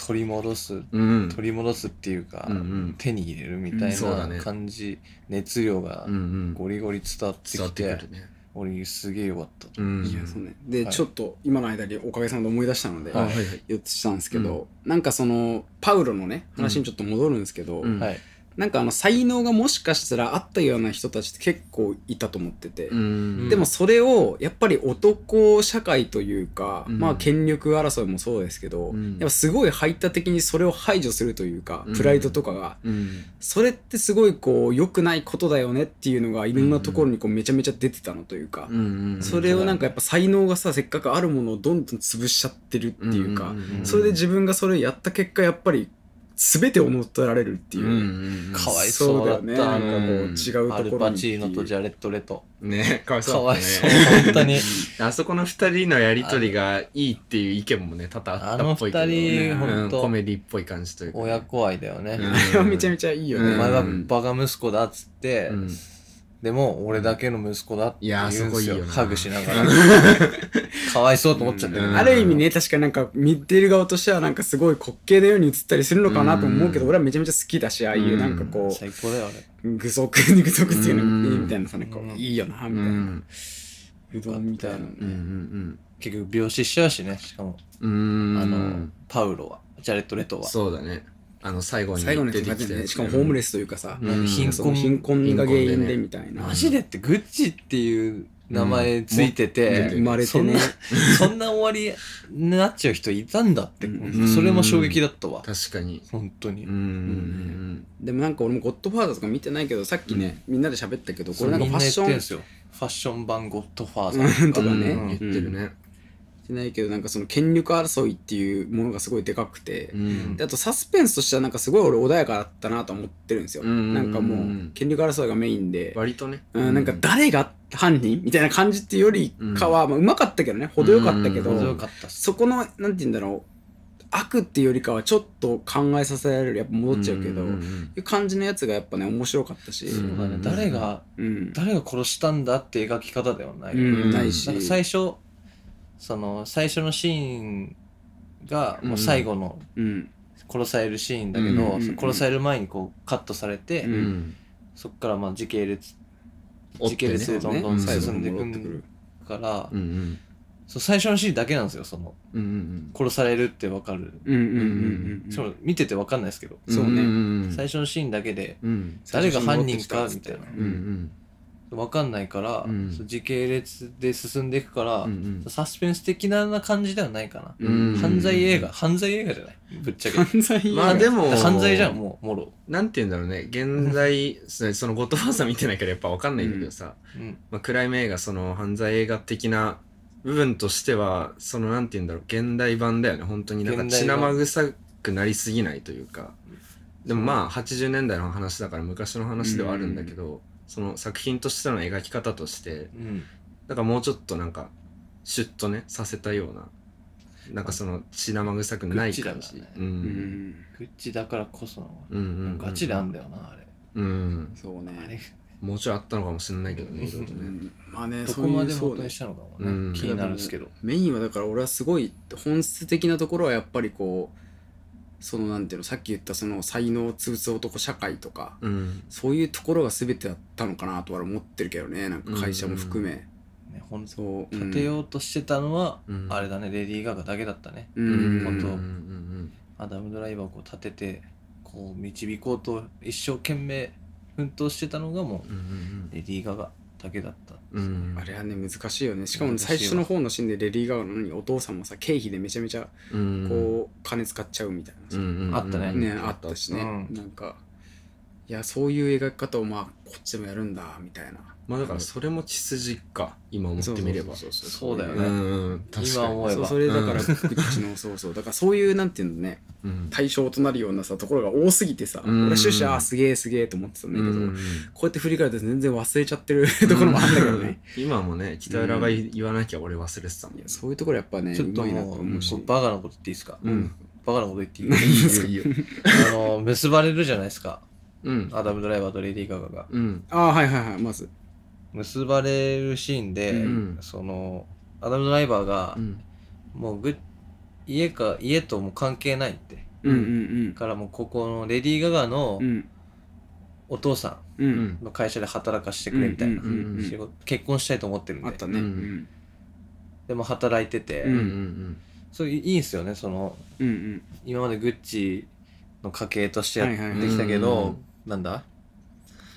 [SPEAKER 3] 取り戻す
[SPEAKER 1] うん。
[SPEAKER 3] 取り戻すっていうか
[SPEAKER 1] うんうん
[SPEAKER 3] 手に入れるみた
[SPEAKER 2] うん
[SPEAKER 3] い
[SPEAKER 1] そうだ
[SPEAKER 3] な
[SPEAKER 1] ね
[SPEAKER 3] 感じ熱量が
[SPEAKER 1] うんうん。
[SPEAKER 3] ゴリゴリ伝わって
[SPEAKER 1] 伝わ
[SPEAKER 3] き
[SPEAKER 1] って
[SPEAKER 3] て
[SPEAKER 1] くるね。
[SPEAKER 3] 俺すげえよかった
[SPEAKER 1] うん。
[SPEAKER 2] いや、そうね。で、ちょっと、今の間におかげさまで思い出したので、
[SPEAKER 1] あはいはい。
[SPEAKER 2] 言ってたんですけど、なんかその、パウロのね、話にちょっと戻るんですけど、
[SPEAKER 1] うん
[SPEAKER 3] はい
[SPEAKER 2] なんかあの才能がもしかしたらあったような人たちって結構いたと思ってて、
[SPEAKER 1] うん
[SPEAKER 2] でもそれをやっぱり男社会というか、
[SPEAKER 1] うん
[SPEAKER 2] まあ権力争いもそうですけど、
[SPEAKER 1] うん
[SPEAKER 2] やっぱすごい排他的にそれを排除するというか、
[SPEAKER 1] うん
[SPEAKER 2] プライドとかが
[SPEAKER 1] うん。
[SPEAKER 2] それってすごいこう良くないことだよねっていうのがいろんなところにこうめちゃめちゃ出てたのというか、
[SPEAKER 1] うんうん。
[SPEAKER 2] それをなんかやっぱ才能がさせっかくあるものをどんどん潰しちゃってるっていうか、
[SPEAKER 1] んんん
[SPEAKER 2] それで自分がそれをやった結果やっぱり全てを乗っ取られるっていう。
[SPEAKER 1] うん
[SPEAKER 3] かわいそうだった
[SPEAKER 2] そうだよね。なんかこう
[SPEAKER 1] うん
[SPEAKER 2] 違うとこ
[SPEAKER 3] ア
[SPEAKER 2] ろに。
[SPEAKER 3] ルパチーノとジャレット・レト
[SPEAKER 1] ねかわいそう
[SPEAKER 3] かわい
[SPEAKER 1] (laughs)
[SPEAKER 3] そ
[SPEAKER 1] だったね
[SPEAKER 3] う本当に
[SPEAKER 1] あそこの二人のやりとりがいいっていう意見もね多々あったっぽいけど、ね、
[SPEAKER 2] あの二人
[SPEAKER 1] うん
[SPEAKER 3] ほんと
[SPEAKER 1] コメディっぽい感じというかね、
[SPEAKER 3] 親子愛だよね
[SPEAKER 1] うん
[SPEAKER 2] あれはめちゃめちゃいいよ
[SPEAKER 1] う
[SPEAKER 2] ね。
[SPEAKER 1] ん
[SPEAKER 3] お前はバカ息子だっつって、
[SPEAKER 1] うん
[SPEAKER 3] でも俺だけの息子だって言うん
[SPEAKER 1] いやーそこいい
[SPEAKER 3] ですよ
[SPEAKER 1] よな
[SPEAKER 3] ハグし
[SPEAKER 1] (laughs)
[SPEAKER 3] ながらかわいそうと思っちゃったよ
[SPEAKER 1] うん
[SPEAKER 3] ね
[SPEAKER 2] ある意味ね、確かになんか見てる側としてはなんかすごい滑稽のように映ったりするのかなと思うけど、
[SPEAKER 1] うん
[SPEAKER 2] 俺はめちゃめちゃ好きだし、ああいうなんかこ
[SPEAKER 3] 最高だよ
[SPEAKER 2] う、具足に具足っていうのがいいみたいなさ、
[SPEAKER 3] うん
[SPEAKER 2] なんかいいよな、
[SPEAKER 1] うん
[SPEAKER 2] み
[SPEAKER 1] う
[SPEAKER 2] たい
[SPEAKER 1] ん
[SPEAKER 2] な。うどんみたいなの
[SPEAKER 1] うんう
[SPEAKER 2] ね。
[SPEAKER 1] ん
[SPEAKER 3] 俺結局病死しちゃうしねしかも、
[SPEAKER 1] うん
[SPEAKER 3] あのパウロはジャレット・レトは
[SPEAKER 1] そうだねあの最後に
[SPEAKER 2] 最後の
[SPEAKER 1] 出
[SPEAKER 2] 人
[SPEAKER 1] てき
[SPEAKER 2] たち
[SPEAKER 1] て、
[SPEAKER 2] ね、しかもホーム
[SPEAKER 1] レ
[SPEAKER 2] レスというかさ、
[SPEAKER 1] うん
[SPEAKER 3] 貧
[SPEAKER 2] その
[SPEAKER 3] 困
[SPEAKER 2] 貧困が原因
[SPEAKER 1] 貧困で
[SPEAKER 2] で
[SPEAKER 1] ね
[SPEAKER 2] みたいな。
[SPEAKER 3] マジでってグッチっていう名前ついて
[SPEAKER 1] うん
[SPEAKER 3] て、
[SPEAKER 1] も
[SPEAKER 2] 生まれてね。
[SPEAKER 3] そんな (laughs) そんな終わりになっちゃう人いたんだって、
[SPEAKER 2] うん
[SPEAKER 3] それも衝撃だったわ、
[SPEAKER 1] 確かに
[SPEAKER 3] 本当に、
[SPEAKER 1] うんうん
[SPEAKER 2] でもなんか俺もゴッドファーザーとか見てないけど、さっきね、みんなで喋ったけど、こ
[SPEAKER 3] そう
[SPEAKER 2] れなんか
[SPEAKER 3] み
[SPEAKER 2] フ
[SPEAKER 3] ん
[SPEAKER 2] ァッ
[SPEAKER 3] な言っ
[SPEAKER 2] シ
[SPEAKER 3] て
[SPEAKER 2] ョ
[SPEAKER 3] ん
[SPEAKER 2] ン
[SPEAKER 3] すよファッション版ゴッドファーザー、
[SPEAKER 2] うんとか
[SPEAKER 1] うん
[SPEAKER 2] ね、
[SPEAKER 1] うん言ってるね
[SPEAKER 2] しないけどなんかその権力争いっていうものがすごいでかくて、
[SPEAKER 1] うん
[SPEAKER 2] であとサスペンスとしてはなんかすごい俺穏やかだったなと思ってるんですよ、
[SPEAKER 1] うんうんうん
[SPEAKER 2] なんかもう権力争いがメインで、
[SPEAKER 1] 割とね
[SPEAKER 2] うん、なんか誰が犯人みたいな感じっていうよりかは、うまあ、うまかったけどね程よかったけど、
[SPEAKER 1] うんうん
[SPEAKER 3] 強かったっす
[SPEAKER 2] そこのなんて言うんだろう悪っていうよりかはちょっと考えさせられるやっぱ戻っちゃうけど、
[SPEAKER 1] んん
[SPEAKER 2] いう感じのやつがやっぱね面白かったし、
[SPEAKER 1] そう
[SPEAKER 3] そうだね
[SPEAKER 1] うん
[SPEAKER 3] 誰が
[SPEAKER 2] うん
[SPEAKER 3] 誰が殺したんだって描き方ではない、
[SPEAKER 2] う
[SPEAKER 1] うんん
[SPEAKER 2] ないし
[SPEAKER 3] なんか最初その最初のシーンがもう最後の
[SPEAKER 2] うん
[SPEAKER 3] 殺されるシーンだけ
[SPEAKER 1] うん
[SPEAKER 3] ど、
[SPEAKER 2] うんうん
[SPEAKER 3] 殺される前にこうカットされて、
[SPEAKER 1] う
[SPEAKER 2] うんん
[SPEAKER 3] そっからまあ時系列
[SPEAKER 1] 追っ
[SPEAKER 3] 時系
[SPEAKER 1] てね
[SPEAKER 3] 列でどんど
[SPEAKER 1] うんん
[SPEAKER 2] 最後
[SPEAKER 3] 進
[SPEAKER 2] に
[SPEAKER 3] んでいく
[SPEAKER 2] 戻ってく
[SPEAKER 3] ん
[SPEAKER 2] る
[SPEAKER 3] から、
[SPEAKER 1] うんうん
[SPEAKER 3] そう最初のシーンだけなんですよその
[SPEAKER 1] うんうん
[SPEAKER 3] 殺されるってわかる、
[SPEAKER 2] うんうんうんうん
[SPEAKER 3] しかも見ててわかんないですけど、
[SPEAKER 1] うん
[SPEAKER 2] そうね
[SPEAKER 1] んん
[SPEAKER 3] 最初のシーンだけで
[SPEAKER 1] うん
[SPEAKER 3] 誰が犯人かみたいな
[SPEAKER 1] うんうん
[SPEAKER 3] わかんないから、
[SPEAKER 1] うん
[SPEAKER 3] そう時系列で進んでいくから、
[SPEAKER 1] うんうん
[SPEAKER 3] サスペンス的な感じではないかな、
[SPEAKER 1] うん
[SPEAKER 3] 犯罪映画犯罪映画じゃないぶっち
[SPEAKER 1] (laughs)
[SPEAKER 3] ゃけ
[SPEAKER 2] 犯罪
[SPEAKER 1] まあでも
[SPEAKER 3] 犯罪じゃんもうもろ、
[SPEAKER 1] なんて言うんだろうね現在そそのゴッドファーザー見てないからやっぱわかんないんだけどさ、
[SPEAKER 3] うん、
[SPEAKER 1] まあ、クライム映画その犯罪映画的な部分としてはそのなんて言うんだろう現代版だよね本当になんか
[SPEAKER 3] 現代
[SPEAKER 1] 血
[SPEAKER 3] 版
[SPEAKER 1] 生臭くなりすぎないというかでもまあ80年代の話だから昔の話ではあるんだけど、その作品としての描き方として
[SPEAKER 3] うん、
[SPEAKER 1] だからもうちょっとなんかシュッとねさせたようななんかその血生臭くない感
[SPEAKER 3] グッチ
[SPEAKER 1] じ、
[SPEAKER 3] だからね
[SPEAKER 1] う、
[SPEAKER 2] うんん
[SPEAKER 3] グッチだからこその
[SPEAKER 1] うんうんうん
[SPEAKER 3] ガチなんだよなあれ
[SPEAKER 1] うん
[SPEAKER 2] そうね
[SPEAKER 3] あれ
[SPEAKER 1] もうちょいあったのかもしれないけどね、いろいろ
[SPEAKER 2] う
[SPEAKER 1] ね。
[SPEAKER 2] んまあね、
[SPEAKER 3] ど
[SPEAKER 2] そ
[SPEAKER 3] こ
[SPEAKER 2] うい
[SPEAKER 3] ま
[SPEAKER 2] う
[SPEAKER 3] で
[SPEAKER 2] そ
[SPEAKER 3] 本
[SPEAKER 2] う
[SPEAKER 3] 当
[SPEAKER 2] ね
[SPEAKER 3] にしたのかも
[SPEAKER 1] うん
[SPEAKER 3] ね気になるんですけど
[SPEAKER 2] メインはだから俺はすごい本質的なところはやっぱりこうそのなんていうのさっき言ったその才能通つ男社会とか
[SPEAKER 1] うん。
[SPEAKER 2] そういうところが全てだったのかなとは思ってるけどねなんか会社も含め、
[SPEAKER 3] ねほんと
[SPEAKER 2] そう、うん
[SPEAKER 3] 立てようとしてたのは
[SPEAKER 1] うん
[SPEAKER 3] あれだねレディー・ガガだけだったね
[SPEAKER 2] う
[SPEAKER 1] うんん。
[SPEAKER 3] 本当
[SPEAKER 1] うんうん
[SPEAKER 3] アダム・ドライバーをこう立ててこう導こうと一生懸命奮闘してたのがも
[SPEAKER 1] うんうん
[SPEAKER 3] うレディー・ガガだけだった
[SPEAKER 1] うんうん
[SPEAKER 2] あれはね難しいよねしかも
[SPEAKER 3] 難しいわ
[SPEAKER 2] 最初の方のシーンでレディー・ガガなのにお父さんもさ経費でめちゃめちゃ
[SPEAKER 1] うん
[SPEAKER 2] こう金使っちゃうみたいなさ、
[SPEAKER 1] うんうんうん
[SPEAKER 3] あったね
[SPEAKER 2] ねあったしね、
[SPEAKER 3] うん
[SPEAKER 2] なんかいやそういう描き方をまあこっちでもやるんだみたいな
[SPEAKER 1] まあだからそれも血筋か今思ってみれば
[SPEAKER 2] そうそう
[SPEAKER 3] そうだよ
[SPEAKER 1] う
[SPEAKER 3] ね
[SPEAKER 1] んうん確
[SPEAKER 3] 今
[SPEAKER 1] かに
[SPEAKER 3] 思え
[SPEAKER 2] そう
[SPEAKER 3] ば
[SPEAKER 2] それだからグッチのそうそうだからそういうなんていうのね
[SPEAKER 1] うん
[SPEAKER 2] 対象となるようなさところが多すぎてさ、
[SPEAKER 1] うん
[SPEAKER 2] 俺は終始あーすげえすげえと思ってたんだけど、
[SPEAKER 1] うん
[SPEAKER 2] こうやって振り返ると全然忘れちゃってるところもあったけどね、
[SPEAKER 1] 今もね北浦が言わなきゃ俺忘れてたもん
[SPEAKER 2] いやそういうところやっぱね
[SPEAKER 3] ちょっと
[SPEAKER 2] うまいな
[SPEAKER 3] も
[SPEAKER 2] と
[SPEAKER 3] う
[SPEAKER 2] 思うし、
[SPEAKER 3] バカなこと言っていいですか、
[SPEAKER 1] うん
[SPEAKER 3] バカなこと言ってい
[SPEAKER 1] い
[SPEAKER 3] い
[SPEAKER 1] いよいいよ
[SPEAKER 3] あの結ばれるじゃないですか
[SPEAKER 1] うん
[SPEAKER 3] アダム・ドライバーとレディー・ガガが
[SPEAKER 1] うん
[SPEAKER 2] ああはいはいはいまず
[SPEAKER 3] 結ばれるシーンで、
[SPEAKER 1] うん
[SPEAKER 3] そのアダム・ドライバーが、もうぐ家か家ともう関係ないって
[SPEAKER 2] うんうん
[SPEAKER 3] からもうここのレディー・ガガの
[SPEAKER 2] うんうん
[SPEAKER 3] お父さ
[SPEAKER 2] うん
[SPEAKER 1] うん
[SPEAKER 3] んの会社で働かしてくれみたいな、
[SPEAKER 2] うんうんうんうん
[SPEAKER 3] 仕事結婚したいと思ってるん
[SPEAKER 2] あ
[SPEAKER 3] で
[SPEAKER 2] ったね
[SPEAKER 1] う
[SPEAKER 2] うんん
[SPEAKER 3] でも働いてて、
[SPEAKER 2] う
[SPEAKER 1] うん
[SPEAKER 2] ん
[SPEAKER 1] うん
[SPEAKER 3] そういいいんすよねその
[SPEAKER 2] うんうん
[SPEAKER 3] 今までグッチの家系としてやっ
[SPEAKER 2] はいはい
[SPEAKER 3] てきた
[SPEAKER 1] うんう
[SPEAKER 3] け
[SPEAKER 1] んう
[SPEAKER 3] ど
[SPEAKER 1] ん、
[SPEAKER 3] なんだ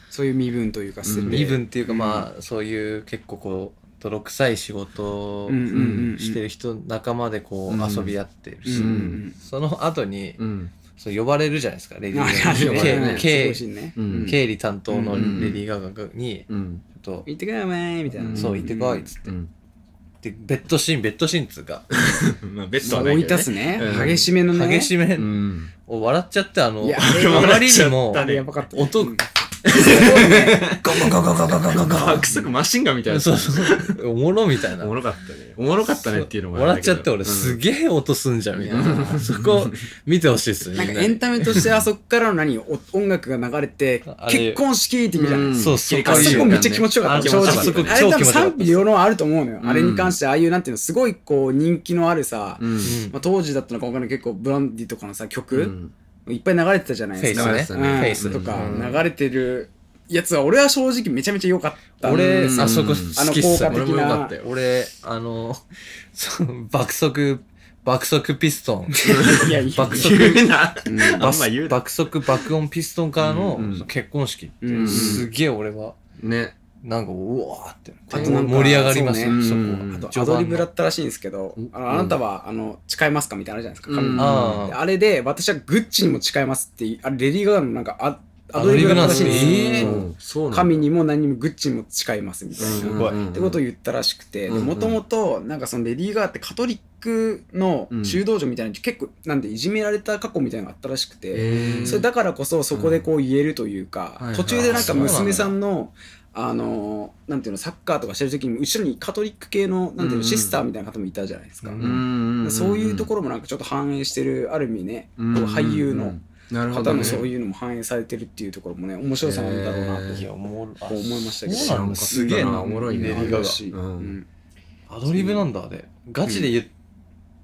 [SPEAKER 2] そういう身分というか捨てて、
[SPEAKER 1] うん
[SPEAKER 3] 身分っていうかまあそういう結構こう泥臭い仕事を
[SPEAKER 2] うんうんうんうん
[SPEAKER 3] してる人仲間でこう
[SPEAKER 1] うん
[SPEAKER 3] 遊び合ってる
[SPEAKER 2] うんう
[SPEAKER 3] し
[SPEAKER 2] ん
[SPEAKER 3] その後に
[SPEAKER 1] うん
[SPEAKER 3] そう呼ばれるじゃないですかレ
[SPEAKER 2] う
[SPEAKER 3] デ
[SPEAKER 2] ん
[SPEAKER 3] ィ
[SPEAKER 2] あ
[SPEAKER 3] ー・ガガ
[SPEAKER 2] れ
[SPEAKER 1] 呼ばれる
[SPEAKER 3] に
[SPEAKER 2] ねすご
[SPEAKER 3] 経
[SPEAKER 2] いシーンね
[SPEAKER 1] うん
[SPEAKER 3] 経理担当の
[SPEAKER 2] う
[SPEAKER 3] レデ
[SPEAKER 2] ん
[SPEAKER 3] ィー・ガガに
[SPEAKER 1] うん
[SPEAKER 3] ちょっと
[SPEAKER 2] 行ってくれよお前みたいな
[SPEAKER 3] そう行ってこいっ
[SPEAKER 2] つ
[SPEAKER 3] つっ
[SPEAKER 1] うん
[SPEAKER 3] てベッドシーンベッドシーンっつうか
[SPEAKER 1] まあベッドはな
[SPEAKER 2] 追
[SPEAKER 1] い
[SPEAKER 2] い
[SPEAKER 1] けど
[SPEAKER 2] 出すね
[SPEAKER 1] うん
[SPEAKER 2] 激しめのね
[SPEAKER 3] 激しめ
[SPEAKER 1] うん
[SPEAKER 3] を笑っちゃってあの
[SPEAKER 2] いや
[SPEAKER 3] あまりにも
[SPEAKER 2] あれやばかったね
[SPEAKER 3] 音
[SPEAKER 2] うん
[SPEAKER 3] ゴゴゴゴゴゴゴゴゴ
[SPEAKER 1] あくそくマシンガンみたいな
[SPEAKER 3] そうそうおもろみたいな
[SPEAKER 1] おもろかったねおもろかったねっていうのもあれ
[SPEAKER 3] 笑っ
[SPEAKER 1] だ
[SPEAKER 3] ち
[SPEAKER 1] け
[SPEAKER 3] ゃ
[SPEAKER 1] ど
[SPEAKER 3] って俺す
[SPEAKER 1] うん
[SPEAKER 3] げえ音すんじゃんみたい
[SPEAKER 2] いや
[SPEAKER 3] な
[SPEAKER 2] ー
[SPEAKER 3] そこ見てほしいっすね
[SPEAKER 2] なん
[SPEAKER 3] み
[SPEAKER 2] か
[SPEAKER 3] んな
[SPEAKER 2] エンタメとしてあそこからの何お音楽が流れて
[SPEAKER 3] あれ
[SPEAKER 2] 結婚式って意味じゃない、
[SPEAKER 1] うん
[SPEAKER 3] そうそう
[SPEAKER 2] あそこめっちゃ気持ちよかった、
[SPEAKER 1] あ
[SPEAKER 2] 正
[SPEAKER 1] 気持ちよかっ
[SPEAKER 2] 直。
[SPEAKER 3] た
[SPEAKER 2] あれ多分
[SPEAKER 3] 超気持ちよかった
[SPEAKER 2] 賛否両論あると思うのよ。
[SPEAKER 1] ん
[SPEAKER 2] あれに関して、ああいうなんていうの、すごいこう人気のあるさ、
[SPEAKER 1] うん
[SPEAKER 2] まあ、当時だったのか分かんない結構ブランディとかのさ、曲、いっぱい流れてたじゃない
[SPEAKER 3] フェ
[SPEAKER 2] で
[SPEAKER 3] イ
[SPEAKER 1] ね流れてた
[SPEAKER 2] すか。
[SPEAKER 3] ス
[SPEAKER 2] う
[SPEAKER 3] ね
[SPEAKER 2] ん
[SPEAKER 3] フェイス
[SPEAKER 2] とか
[SPEAKER 1] うん
[SPEAKER 2] 流れてるやつは俺は正直めちゃめちゃ良かった。
[SPEAKER 3] 俺 (laughs)
[SPEAKER 1] うん
[SPEAKER 3] あそこ
[SPEAKER 2] あの
[SPEAKER 3] 好きっ
[SPEAKER 2] 効
[SPEAKER 3] す
[SPEAKER 2] 果
[SPEAKER 1] 俺
[SPEAKER 2] 的
[SPEAKER 1] も良か
[SPEAKER 2] な
[SPEAKER 1] った。よ
[SPEAKER 3] 俺あの (laughs) その爆速爆速ピス
[SPEAKER 2] (laughs)
[SPEAKER 3] トン
[SPEAKER 2] いやいや
[SPEAKER 3] 爆速
[SPEAKER 1] 言うな
[SPEAKER 2] (laughs)
[SPEAKER 1] あ
[SPEAKER 3] バ
[SPEAKER 1] んま言うな
[SPEAKER 3] ス爆速爆音ピストンからの
[SPEAKER 1] うんうん
[SPEAKER 3] 結婚式って
[SPEAKER 2] うん
[SPEAKER 3] すげえ俺は
[SPEAKER 1] ね
[SPEAKER 3] なんかうわーって
[SPEAKER 2] あとなんか
[SPEAKER 3] 盛り上がります
[SPEAKER 2] そう
[SPEAKER 3] よ
[SPEAKER 1] ね
[SPEAKER 3] そこ
[SPEAKER 1] うん
[SPEAKER 2] あ
[SPEAKER 3] は
[SPEAKER 2] とアドリブだ
[SPEAKER 3] 序
[SPEAKER 2] ったらしいんですけど
[SPEAKER 1] うん、
[SPEAKER 2] あのあなたはあの誓いますかみたいなのあるじゃ
[SPEAKER 1] う
[SPEAKER 2] ないですか
[SPEAKER 1] ん
[SPEAKER 2] 髪の毛。
[SPEAKER 3] 盤の
[SPEAKER 2] で
[SPEAKER 3] あ
[SPEAKER 2] あれで私はグッチにも誓いますって、あれレディー・ガガのなんかアア
[SPEAKER 3] ア
[SPEAKER 2] ド
[SPEAKER 3] ド
[SPEAKER 2] リ
[SPEAKER 3] リ
[SPEAKER 2] ブ
[SPEAKER 3] ブ
[SPEAKER 2] だ
[SPEAKER 3] な
[SPEAKER 2] っ
[SPEAKER 3] ん
[SPEAKER 2] た
[SPEAKER 3] で
[SPEAKER 2] らしい
[SPEAKER 3] す
[SPEAKER 2] ん
[SPEAKER 3] ね
[SPEAKER 2] ですよ。
[SPEAKER 3] う
[SPEAKER 1] うんそうなんだ
[SPEAKER 2] 神にも何にもグッチにも誓いますみたい
[SPEAKER 1] うん
[SPEAKER 2] な。
[SPEAKER 3] ごい
[SPEAKER 1] うん
[SPEAKER 2] ってことを言ったらしくて
[SPEAKER 1] うんうん
[SPEAKER 2] もともとなんかそのレディー・ガーってカトリックの修道女みたいな結構なんでいじめられた過去みたいなのがあったらしくて、
[SPEAKER 1] えー
[SPEAKER 2] それだからこそそこでこう言えるというか、
[SPEAKER 1] うんはいはい
[SPEAKER 2] 途中でなんか娘さんのあのなんていうのサッカーとかしてる時に後ろにカトリック系のなんていううん
[SPEAKER 1] うん
[SPEAKER 2] のシスターみたいな方もいたじゃないですか、
[SPEAKER 3] うん
[SPEAKER 1] うん
[SPEAKER 2] そういうとこ
[SPEAKER 1] ろ
[SPEAKER 2] ろもなんかちょっと反映してるある意味ね、こう俳優の方のそういうのも反映されてるっていうところもね面白さなんだろうなと
[SPEAKER 1] へー
[SPEAKER 3] いやおもろあ
[SPEAKER 2] こう思いましたけど
[SPEAKER 3] そうなんだすげえな
[SPEAKER 1] おもろいね
[SPEAKER 3] レディー
[SPEAKER 2] あ
[SPEAKER 3] ガ
[SPEAKER 2] る
[SPEAKER 3] ガ
[SPEAKER 2] し
[SPEAKER 1] うん
[SPEAKER 2] うん
[SPEAKER 3] アドリブなんだあれガチで言っ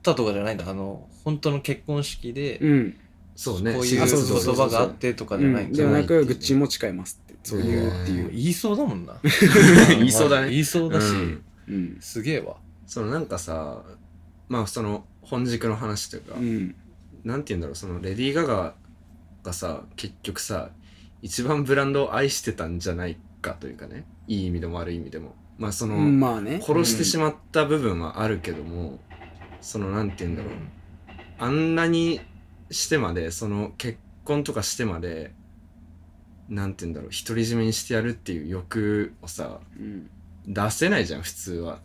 [SPEAKER 3] たとかじゃないんだあの本当の結婚式で
[SPEAKER 2] うん
[SPEAKER 1] そうね
[SPEAKER 3] こういう
[SPEAKER 2] あそうそうそう
[SPEAKER 3] 言葉があってとかじゃない
[SPEAKER 2] うんではな
[SPEAKER 3] じゃ
[SPEAKER 2] く、
[SPEAKER 3] い
[SPEAKER 2] グッチも誓いますって、そういうっていう。
[SPEAKER 3] 言いそうだもんな
[SPEAKER 1] 言いそうだね
[SPEAKER 3] 言いそうだし
[SPEAKER 1] うん
[SPEAKER 2] うん。
[SPEAKER 3] すげえわ
[SPEAKER 1] そのなんかさまあその本軸の話というか
[SPEAKER 2] うん。
[SPEAKER 1] なんて言うんだろうそのレディー・ガガがさ結局さ一番ブランドを愛してたんじゃないかというかねいい意味でも悪い意味でもまあその、
[SPEAKER 2] まあね。
[SPEAKER 1] 殺してし
[SPEAKER 2] ま
[SPEAKER 1] まった部分はあるけども、そのなんて言うんだろうあんなにしてまでその結婚とかしてまでなんて言うんだろう独り占めにしてやるっていう欲をさ
[SPEAKER 2] うん。
[SPEAKER 1] 出せないじゃん普通は。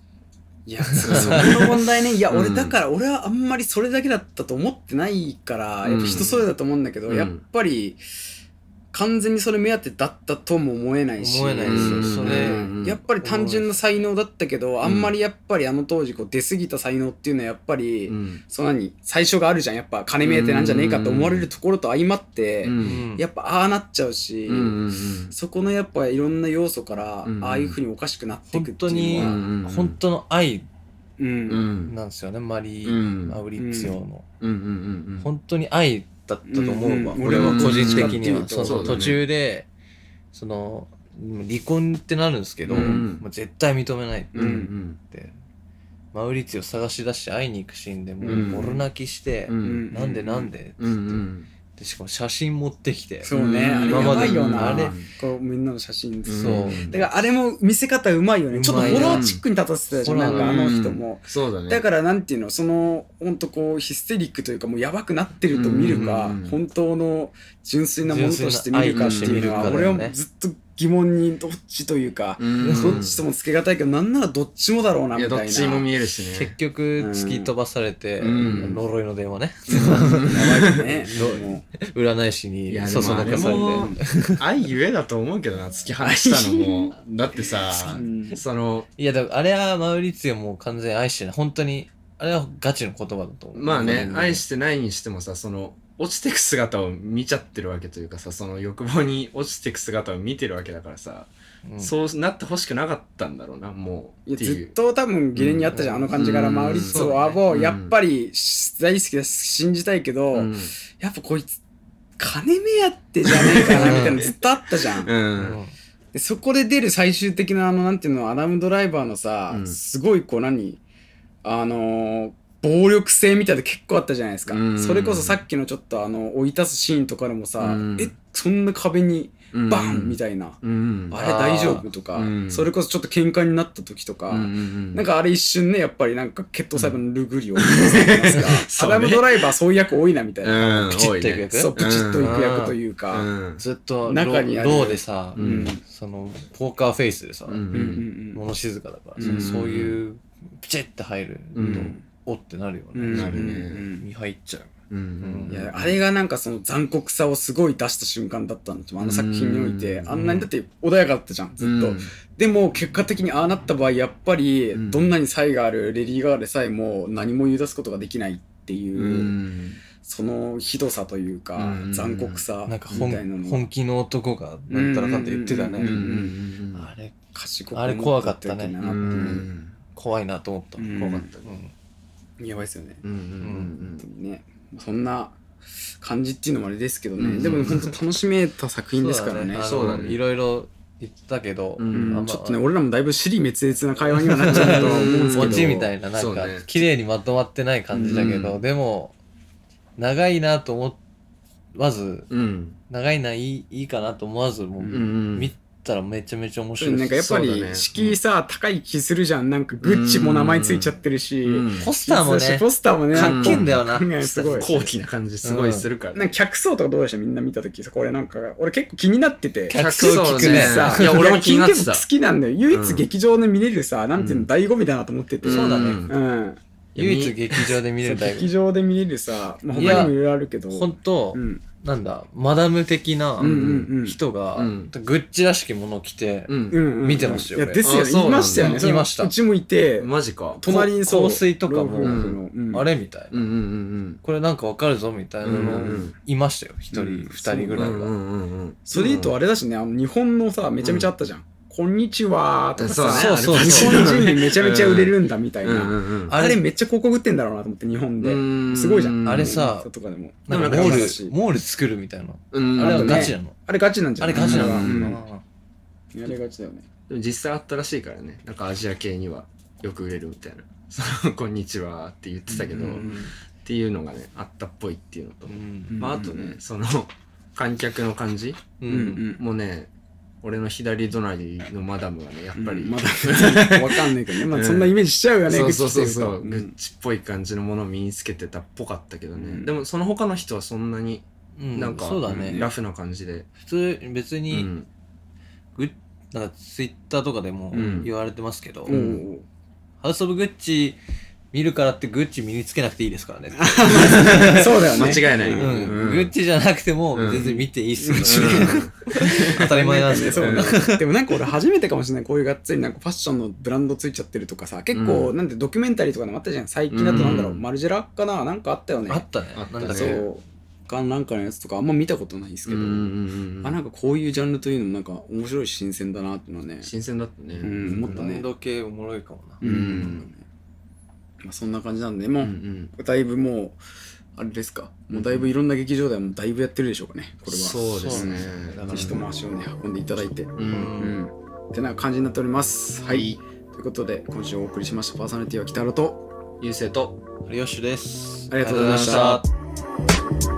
[SPEAKER 2] いや、そそこの問題ね。いや、
[SPEAKER 1] うん
[SPEAKER 2] 俺だから、俺はあんまりそれだけだったと思ってないから、やっぱ人それだと思うんだけど、
[SPEAKER 1] うん
[SPEAKER 2] やっぱり、完全にそれ目当てだったとも思えないし
[SPEAKER 3] 思えないですよ
[SPEAKER 1] うん
[SPEAKER 3] それ
[SPEAKER 2] うんやっぱり単純な才能だったけど、
[SPEAKER 1] ん
[SPEAKER 2] あんまりやっぱりあの当時こう出過ぎた才能っていうのはやっぱり、
[SPEAKER 1] うん
[SPEAKER 2] そんなに最初があるじゃんやっぱ金目当てなんじゃねえかと思われるところと相まって、
[SPEAKER 1] うん
[SPEAKER 2] やっぱああなっちゃうし、
[SPEAKER 1] うんうんうん
[SPEAKER 2] そこのやっぱいろんな要素から、
[SPEAKER 1] うん
[SPEAKER 2] ああいうふうにおかしくなっていくってい
[SPEAKER 3] に
[SPEAKER 2] うのは、
[SPEAKER 1] うん
[SPEAKER 3] 本当の愛
[SPEAKER 2] うん
[SPEAKER 1] うんうん
[SPEAKER 3] なんですよね、マリ
[SPEAKER 1] う
[SPEAKER 3] ー・
[SPEAKER 1] ん
[SPEAKER 3] マウリッツィオの、
[SPEAKER 1] うんうんうん
[SPEAKER 3] 本当に愛だったと思うわ、
[SPEAKER 2] うん
[SPEAKER 3] 俺は個人的には、
[SPEAKER 2] うん
[SPEAKER 3] その
[SPEAKER 1] そうだね
[SPEAKER 3] 途中でその離婚ってなるんですけど、
[SPEAKER 1] うん
[SPEAKER 3] もう絶対認めないっ
[SPEAKER 1] うんうん
[SPEAKER 3] てマウリッツィオ探し出して会いに行くシーンでも
[SPEAKER 1] うん
[SPEAKER 3] うボロ泣きして、
[SPEAKER 1] うんうん
[SPEAKER 3] なんでなんで,、
[SPEAKER 1] うんうん
[SPEAKER 3] でしかも写真持ってきて
[SPEAKER 2] そう
[SPEAKER 1] うん
[SPEAKER 2] ね、あれや
[SPEAKER 3] 今ま
[SPEAKER 2] ば
[SPEAKER 3] で
[SPEAKER 2] いよな
[SPEAKER 3] あれ
[SPEAKER 2] こうみんなの写真
[SPEAKER 1] うん
[SPEAKER 3] そう
[SPEAKER 2] だからあれも見せ方うまいよねちょっと
[SPEAKER 3] うまい
[SPEAKER 2] ホ
[SPEAKER 3] な
[SPEAKER 2] ラーチックに立たせてたじゃん
[SPEAKER 3] ホ
[SPEAKER 2] な
[SPEAKER 3] ラ
[SPEAKER 2] ん
[SPEAKER 3] ー
[SPEAKER 2] か
[SPEAKER 3] だ
[SPEAKER 2] あの人も、
[SPEAKER 1] そうだね
[SPEAKER 2] だからなんていうのその本当こうヒステリックというかもうやばくなってると見るか、
[SPEAKER 1] うんうんうん
[SPEAKER 2] 本当の純粋なものとして見るかってい
[SPEAKER 1] 純粋な愛
[SPEAKER 2] うのは、
[SPEAKER 1] として見るかだ
[SPEAKER 2] 俺
[SPEAKER 3] よ
[SPEAKER 2] は
[SPEAKER 3] ね
[SPEAKER 2] ずっと疑問にどっちというか、
[SPEAKER 1] うん
[SPEAKER 2] どっちともつけがたいけどなんならどっちもだろうないみ
[SPEAKER 1] やど
[SPEAKER 2] たい
[SPEAKER 1] っ
[SPEAKER 2] な
[SPEAKER 1] ちも見えるし
[SPEAKER 3] 結
[SPEAKER 1] ね
[SPEAKER 3] 局突き飛ばされて、
[SPEAKER 1] うん
[SPEAKER 3] 呪いの電話ね (laughs)
[SPEAKER 2] やばい
[SPEAKER 1] (laughs)
[SPEAKER 2] よねも
[SPEAKER 3] 占い師
[SPEAKER 1] い
[SPEAKER 3] に
[SPEAKER 1] やで
[SPEAKER 3] そそ
[SPEAKER 1] も
[SPEAKER 3] の
[SPEAKER 1] あ
[SPEAKER 3] か
[SPEAKER 1] れ
[SPEAKER 3] され
[SPEAKER 1] も
[SPEAKER 3] て
[SPEAKER 1] 愛ゆえだと思うけどな突き放したのもだってさ
[SPEAKER 2] うん
[SPEAKER 1] (laughs) その
[SPEAKER 3] いやだからあれはマウリッツィオもう完全に愛してない本当にあれはガチの言葉だと思う
[SPEAKER 1] まあね
[SPEAKER 2] うん
[SPEAKER 1] 愛してないにしてもさその落ちてく姿を見ちゃってるわけというかさその欲望に落ちてく姿を見てるわけだからさ
[SPEAKER 3] うん
[SPEAKER 1] そうなってほしくなかったんだろうなも
[SPEAKER 2] ういう
[SPEAKER 1] っ
[SPEAKER 2] や
[SPEAKER 1] て
[SPEAKER 2] ず
[SPEAKER 1] い
[SPEAKER 2] っ
[SPEAKER 1] う
[SPEAKER 2] と多分疑念にあったじゃん、
[SPEAKER 3] うん
[SPEAKER 2] あの感じから、
[SPEAKER 1] うん
[SPEAKER 2] マウリッツォは
[SPEAKER 3] そ
[SPEAKER 2] も
[SPEAKER 1] う
[SPEAKER 2] う
[SPEAKER 1] ね
[SPEAKER 2] やっぱり大好きだし信じたいけど、
[SPEAKER 1] うん
[SPEAKER 2] やっぱこいつ金目当てじゃねえかなみたいなのず (laughs) っとあったじゃん
[SPEAKER 1] う
[SPEAKER 3] うんん
[SPEAKER 2] でそこで出る最終的なあのなんていうのアダム・ドライバーのさ、
[SPEAKER 1] うん
[SPEAKER 2] すごいこう何あのー暴力性みたいなの結構あったじゃないですか、
[SPEAKER 1] うん
[SPEAKER 2] それこそさっきのちょっとあの追い出すシーンとかでもさ、
[SPEAKER 1] うん
[SPEAKER 2] えそんな壁に
[SPEAKER 1] うん
[SPEAKER 2] バンみ
[SPEAKER 1] たい
[SPEAKER 2] たいな、
[SPEAKER 1] うん
[SPEAKER 2] あれ大丈夫とか、
[SPEAKER 1] うん
[SPEAKER 2] それこそちょっと喧嘩になった時とか、
[SPEAKER 1] な
[SPEAKER 2] なんかあれ一瞬ねやっぱりなんか血統裁判のルグリ
[SPEAKER 1] (laughs)
[SPEAKER 2] を思い出すじゃないですか
[SPEAKER 1] そうね
[SPEAKER 2] アダム・ドライバーそういう役多いなみたいな、
[SPEAKER 1] うん
[SPEAKER 3] プチッといくやつ
[SPEAKER 2] そうプチッといく役というか、
[SPEAKER 1] うん
[SPEAKER 3] ずっとロ
[SPEAKER 2] 中にある
[SPEAKER 3] ローでさ、
[SPEAKER 1] うん
[SPEAKER 3] そのポーカーフェイスでさ、
[SPEAKER 1] うん
[SPEAKER 2] うんうんうん
[SPEAKER 3] 物静かだからさ、
[SPEAKER 2] うん
[SPEAKER 3] そういうピチって入ると、
[SPEAKER 1] うん
[SPEAKER 3] おってなるよね、
[SPEAKER 2] うん
[SPEAKER 1] なるね
[SPEAKER 3] 身入っちゃう
[SPEAKER 1] うん
[SPEAKER 2] いやあれがなんかその残酷さをすごい出した瞬間だったのあの作品において
[SPEAKER 1] うん
[SPEAKER 2] あんなにだって穏やかだったじゃんずっと、
[SPEAKER 1] うん
[SPEAKER 2] でも結果的にああなった場合やっぱり
[SPEAKER 1] うん
[SPEAKER 2] どんなに才があるレディー・ガーでさえも何も言い出すことができないっていう、
[SPEAKER 1] うん
[SPEAKER 2] そのひどさというか、
[SPEAKER 1] うん
[SPEAKER 2] 残酷さ
[SPEAKER 3] な
[SPEAKER 2] み
[SPEAKER 3] んか本
[SPEAKER 2] たいなの
[SPEAKER 3] 本気の男がなんたらかんて言ってたね、
[SPEAKER 1] うんうんうん
[SPEAKER 3] あれ
[SPEAKER 2] 賢く
[SPEAKER 3] あれ怖かったね
[SPEAKER 2] 持ってる
[SPEAKER 1] う
[SPEAKER 2] なってい
[SPEAKER 1] ん
[SPEAKER 2] う
[SPEAKER 3] 怖いなと思った、
[SPEAKER 2] うん
[SPEAKER 3] 怖かった、
[SPEAKER 2] やばいですよね
[SPEAKER 1] うんうんうん
[SPEAKER 2] 本当にねそんな感じっていうのもあれですけどね、
[SPEAKER 1] うん
[SPEAKER 2] でも本当楽しめた作品ですからね
[SPEAKER 1] そうだね
[SPEAKER 3] あのいろいろ言ってたけど、
[SPEAKER 1] うん
[SPEAKER 2] うん
[SPEAKER 3] あんま
[SPEAKER 2] ちょっとね、俺らもだいぶ尻滅裂な会話にはなっちゃうとは思うんですけど。
[SPEAKER 3] オチみたいなな
[SPEAKER 1] そ
[SPEAKER 3] ん
[SPEAKER 1] う
[SPEAKER 3] か
[SPEAKER 1] ね
[SPEAKER 3] 綺麗にまとまってない感じだけど、
[SPEAKER 1] うん
[SPEAKER 3] でも長いなと思わず
[SPEAKER 1] うんうん
[SPEAKER 3] 長いないいいいかなと思わずもう、
[SPEAKER 1] うんうん
[SPEAKER 3] 見たらめちゃめちゃ面
[SPEAKER 2] そう
[SPEAKER 3] 白い
[SPEAKER 2] なんかやっぱ
[SPEAKER 1] そうだ
[SPEAKER 2] り
[SPEAKER 1] ね
[SPEAKER 2] 敷居さ、高い気するじゃん。なんかグッチも名前ついちゃってるし、
[SPEAKER 1] うん
[SPEAKER 3] ポスターも
[SPEAKER 2] そうだし
[SPEAKER 3] ね
[SPEAKER 2] ポスターもね、
[SPEAKER 3] かっけえんだよな、
[SPEAKER 2] うんすごい
[SPEAKER 1] 高貴な感じすごいするから
[SPEAKER 2] なんか客層とかどうでしたみんな見たときさ、これなんか、俺結構気になってて。
[SPEAKER 3] 客層聞くね
[SPEAKER 2] さ
[SPEAKER 1] いや俺も気になっ
[SPEAKER 2] 野
[SPEAKER 1] て
[SPEAKER 2] 球で
[SPEAKER 1] た
[SPEAKER 2] も好きなんだよ。唯一
[SPEAKER 1] うん
[SPEAKER 2] 劇場で見れるさ、なんていう
[SPEAKER 1] うん
[SPEAKER 2] の、醍醐味だなと思ってて。
[SPEAKER 3] そうだね
[SPEAKER 1] ん
[SPEAKER 2] うん。
[SPEAKER 3] (laughs) 唯一劇場で見れ
[SPEAKER 2] そう
[SPEAKER 3] るタイ
[SPEAKER 2] 劇
[SPEAKER 3] プ
[SPEAKER 2] 場で見れるさ、まあ
[SPEAKER 3] い
[SPEAKER 2] 他
[SPEAKER 3] や
[SPEAKER 2] にもいろいろあるけど。
[SPEAKER 3] ほんと、
[SPEAKER 2] うん。
[SPEAKER 3] なんだマダム的な
[SPEAKER 2] うんうんうん。
[SPEAKER 3] 人が、
[SPEAKER 1] うん
[SPEAKER 3] グッチらしきものを着て、
[SPEAKER 1] うん
[SPEAKER 2] うんうんうん
[SPEAKER 3] 見てましたよ
[SPEAKER 2] いや、ですよ
[SPEAKER 1] あ
[SPEAKER 2] ね。
[SPEAKER 1] そうなんだ
[SPEAKER 2] いましたよね。
[SPEAKER 3] いました
[SPEAKER 2] うちもいて、
[SPEAKER 1] マジか
[SPEAKER 2] 隣にそう
[SPEAKER 3] 香水とか
[SPEAKER 2] 老
[SPEAKER 3] も
[SPEAKER 2] 夫婦のうん
[SPEAKER 3] あれみたいな、
[SPEAKER 1] うんうん
[SPEAKER 3] これなんかわかるぞみたいな
[SPEAKER 1] うんう
[SPEAKER 3] の
[SPEAKER 1] ん
[SPEAKER 3] いましたよ一、
[SPEAKER 2] うん
[SPEAKER 3] 人二人ぐ
[SPEAKER 1] うん
[SPEAKER 3] らいが、
[SPEAKER 1] うんうんうん
[SPEAKER 2] それで言うとあれだしね、あの日本のさ、めちゃめちゃあったじゃん。こんにちはとかさ、
[SPEAKER 3] そうそう
[SPEAKER 2] 日
[SPEAKER 3] そう
[SPEAKER 2] 本人にめちゃめちゃ売れるんだみた
[SPEAKER 1] う
[SPEAKER 2] い
[SPEAKER 1] ん
[SPEAKER 2] な。
[SPEAKER 1] うんうん
[SPEAKER 2] あれめっちゃ広告売ってんだろうなと思って、日本で。
[SPEAKER 1] うん
[SPEAKER 2] すごいじゃん。
[SPEAKER 3] あれさ
[SPEAKER 2] とかでも。
[SPEAKER 3] なんか
[SPEAKER 2] でも
[SPEAKER 3] モ
[SPEAKER 2] なんか
[SPEAKER 3] ールモール作るみたいな
[SPEAKER 1] うん
[SPEAKER 3] あれは
[SPEAKER 2] ね
[SPEAKER 3] ガチなの、
[SPEAKER 2] あれガチなんじ
[SPEAKER 3] あ
[SPEAKER 2] ゃ
[SPEAKER 3] れ
[SPEAKER 2] ない
[SPEAKER 3] ガチなの、
[SPEAKER 2] うん
[SPEAKER 3] あ
[SPEAKER 2] あれガチだよね。
[SPEAKER 1] でも実際あったらしいからねなんかアジア系にはよく売れるみたいな「そのこんにちは」って言ってたけど、
[SPEAKER 3] うん
[SPEAKER 1] っていうのがねあったっぽいっていうのと、
[SPEAKER 3] ーうん
[SPEAKER 1] まあ、あとね、その観客の感じ
[SPEAKER 3] う
[SPEAKER 2] うんんうん。
[SPEAKER 1] もうね俺の左隣のマダムはねやっぱり、
[SPEAKER 2] うんまだわかんないけどね。まあそんなイメージしちゃうよね、
[SPEAKER 1] そうそうそう
[SPEAKER 2] 口
[SPEAKER 1] そ
[SPEAKER 2] っ
[SPEAKER 1] う、
[SPEAKER 2] て
[SPEAKER 1] グ
[SPEAKER 2] 言
[SPEAKER 1] ッチっぽい感じのものを身につけてたっぽかったけどね、
[SPEAKER 2] うん
[SPEAKER 1] でもその他の人はそんなに
[SPEAKER 3] うん
[SPEAKER 1] なんか、
[SPEAKER 3] そうだね、
[SPEAKER 1] ラフな感じで、
[SPEAKER 3] 普通別
[SPEAKER 1] う
[SPEAKER 3] に、
[SPEAKER 1] ん、
[SPEAKER 3] グッなんかツイッターとかでも
[SPEAKER 1] うん
[SPEAKER 3] 言われると言われてますけど、
[SPEAKER 2] うんおうおう
[SPEAKER 3] ハウス・オブ・グッチ見るからってグッチ身につけなくていいですからね。
[SPEAKER 2] そうだよね。
[SPEAKER 1] (laughs) 間違いない。
[SPEAKER 3] う
[SPEAKER 1] うんん
[SPEAKER 3] グッチじゃなくても
[SPEAKER 1] うん
[SPEAKER 3] 全然見ていいっすよ、
[SPEAKER 1] うん
[SPEAKER 3] 当たり前なんですけど。
[SPEAKER 2] そうねでもなんか俺初めてかもしれないこういうがっつりなんかファッションのブランドついちゃってるとかさ結構
[SPEAKER 1] うん
[SPEAKER 2] なんてドキュメンタリーとかでもあったじゃん最近だとなんだろう、
[SPEAKER 1] うん
[SPEAKER 2] マルジェラかななんかあったよね
[SPEAKER 3] あったね。
[SPEAKER 1] あった
[SPEAKER 3] な
[SPEAKER 1] ね
[SPEAKER 3] んだっ
[SPEAKER 2] そ
[SPEAKER 3] け
[SPEAKER 2] うかなんかのやつとかあんま見たことないですけ
[SPEAKER 1] うん
[SPEAKER 2] ど、
[SPEAKER 1] うんうん
[SPEAKER 2] あなんかこういうジャンルというのもなんか面白いし新鮮だなっていうのはね
[SPEAKER 1] 新鮮だったね。
[SPEAKER 2] うん思ったね
[SPEAKER 3] ブランド系おもろいかもな。
[SPEAKER 2] うん、
[SPEAKER 1] ん
[SPEAKER 2] まあ、そんな感じなんでも
[SPEAKER 1] う
[SPEAKER 2] う、
[SPEAKER 1] ん
[SPEAKER 2] だいぶもうあれですかもうだいぶいろんな劇場ではもうだいぶやってるでしょうかねこれは
[SPEAKER 1] そうですね
[SPEAKER 3] そう
[SPEAKER 2] ぜひとも足をね運んでいただいて
[SPEAKER 1] うん。うん
[SPEAKER 2] うん、ってな感じになっております。はい。ということで、今週お送りしましたパーソナリティは北原と、
[SPEAKER 1] ゆうせいと
[SPEAKER 3] 有吉です。
[SPEAKER 2] ありがとうございました。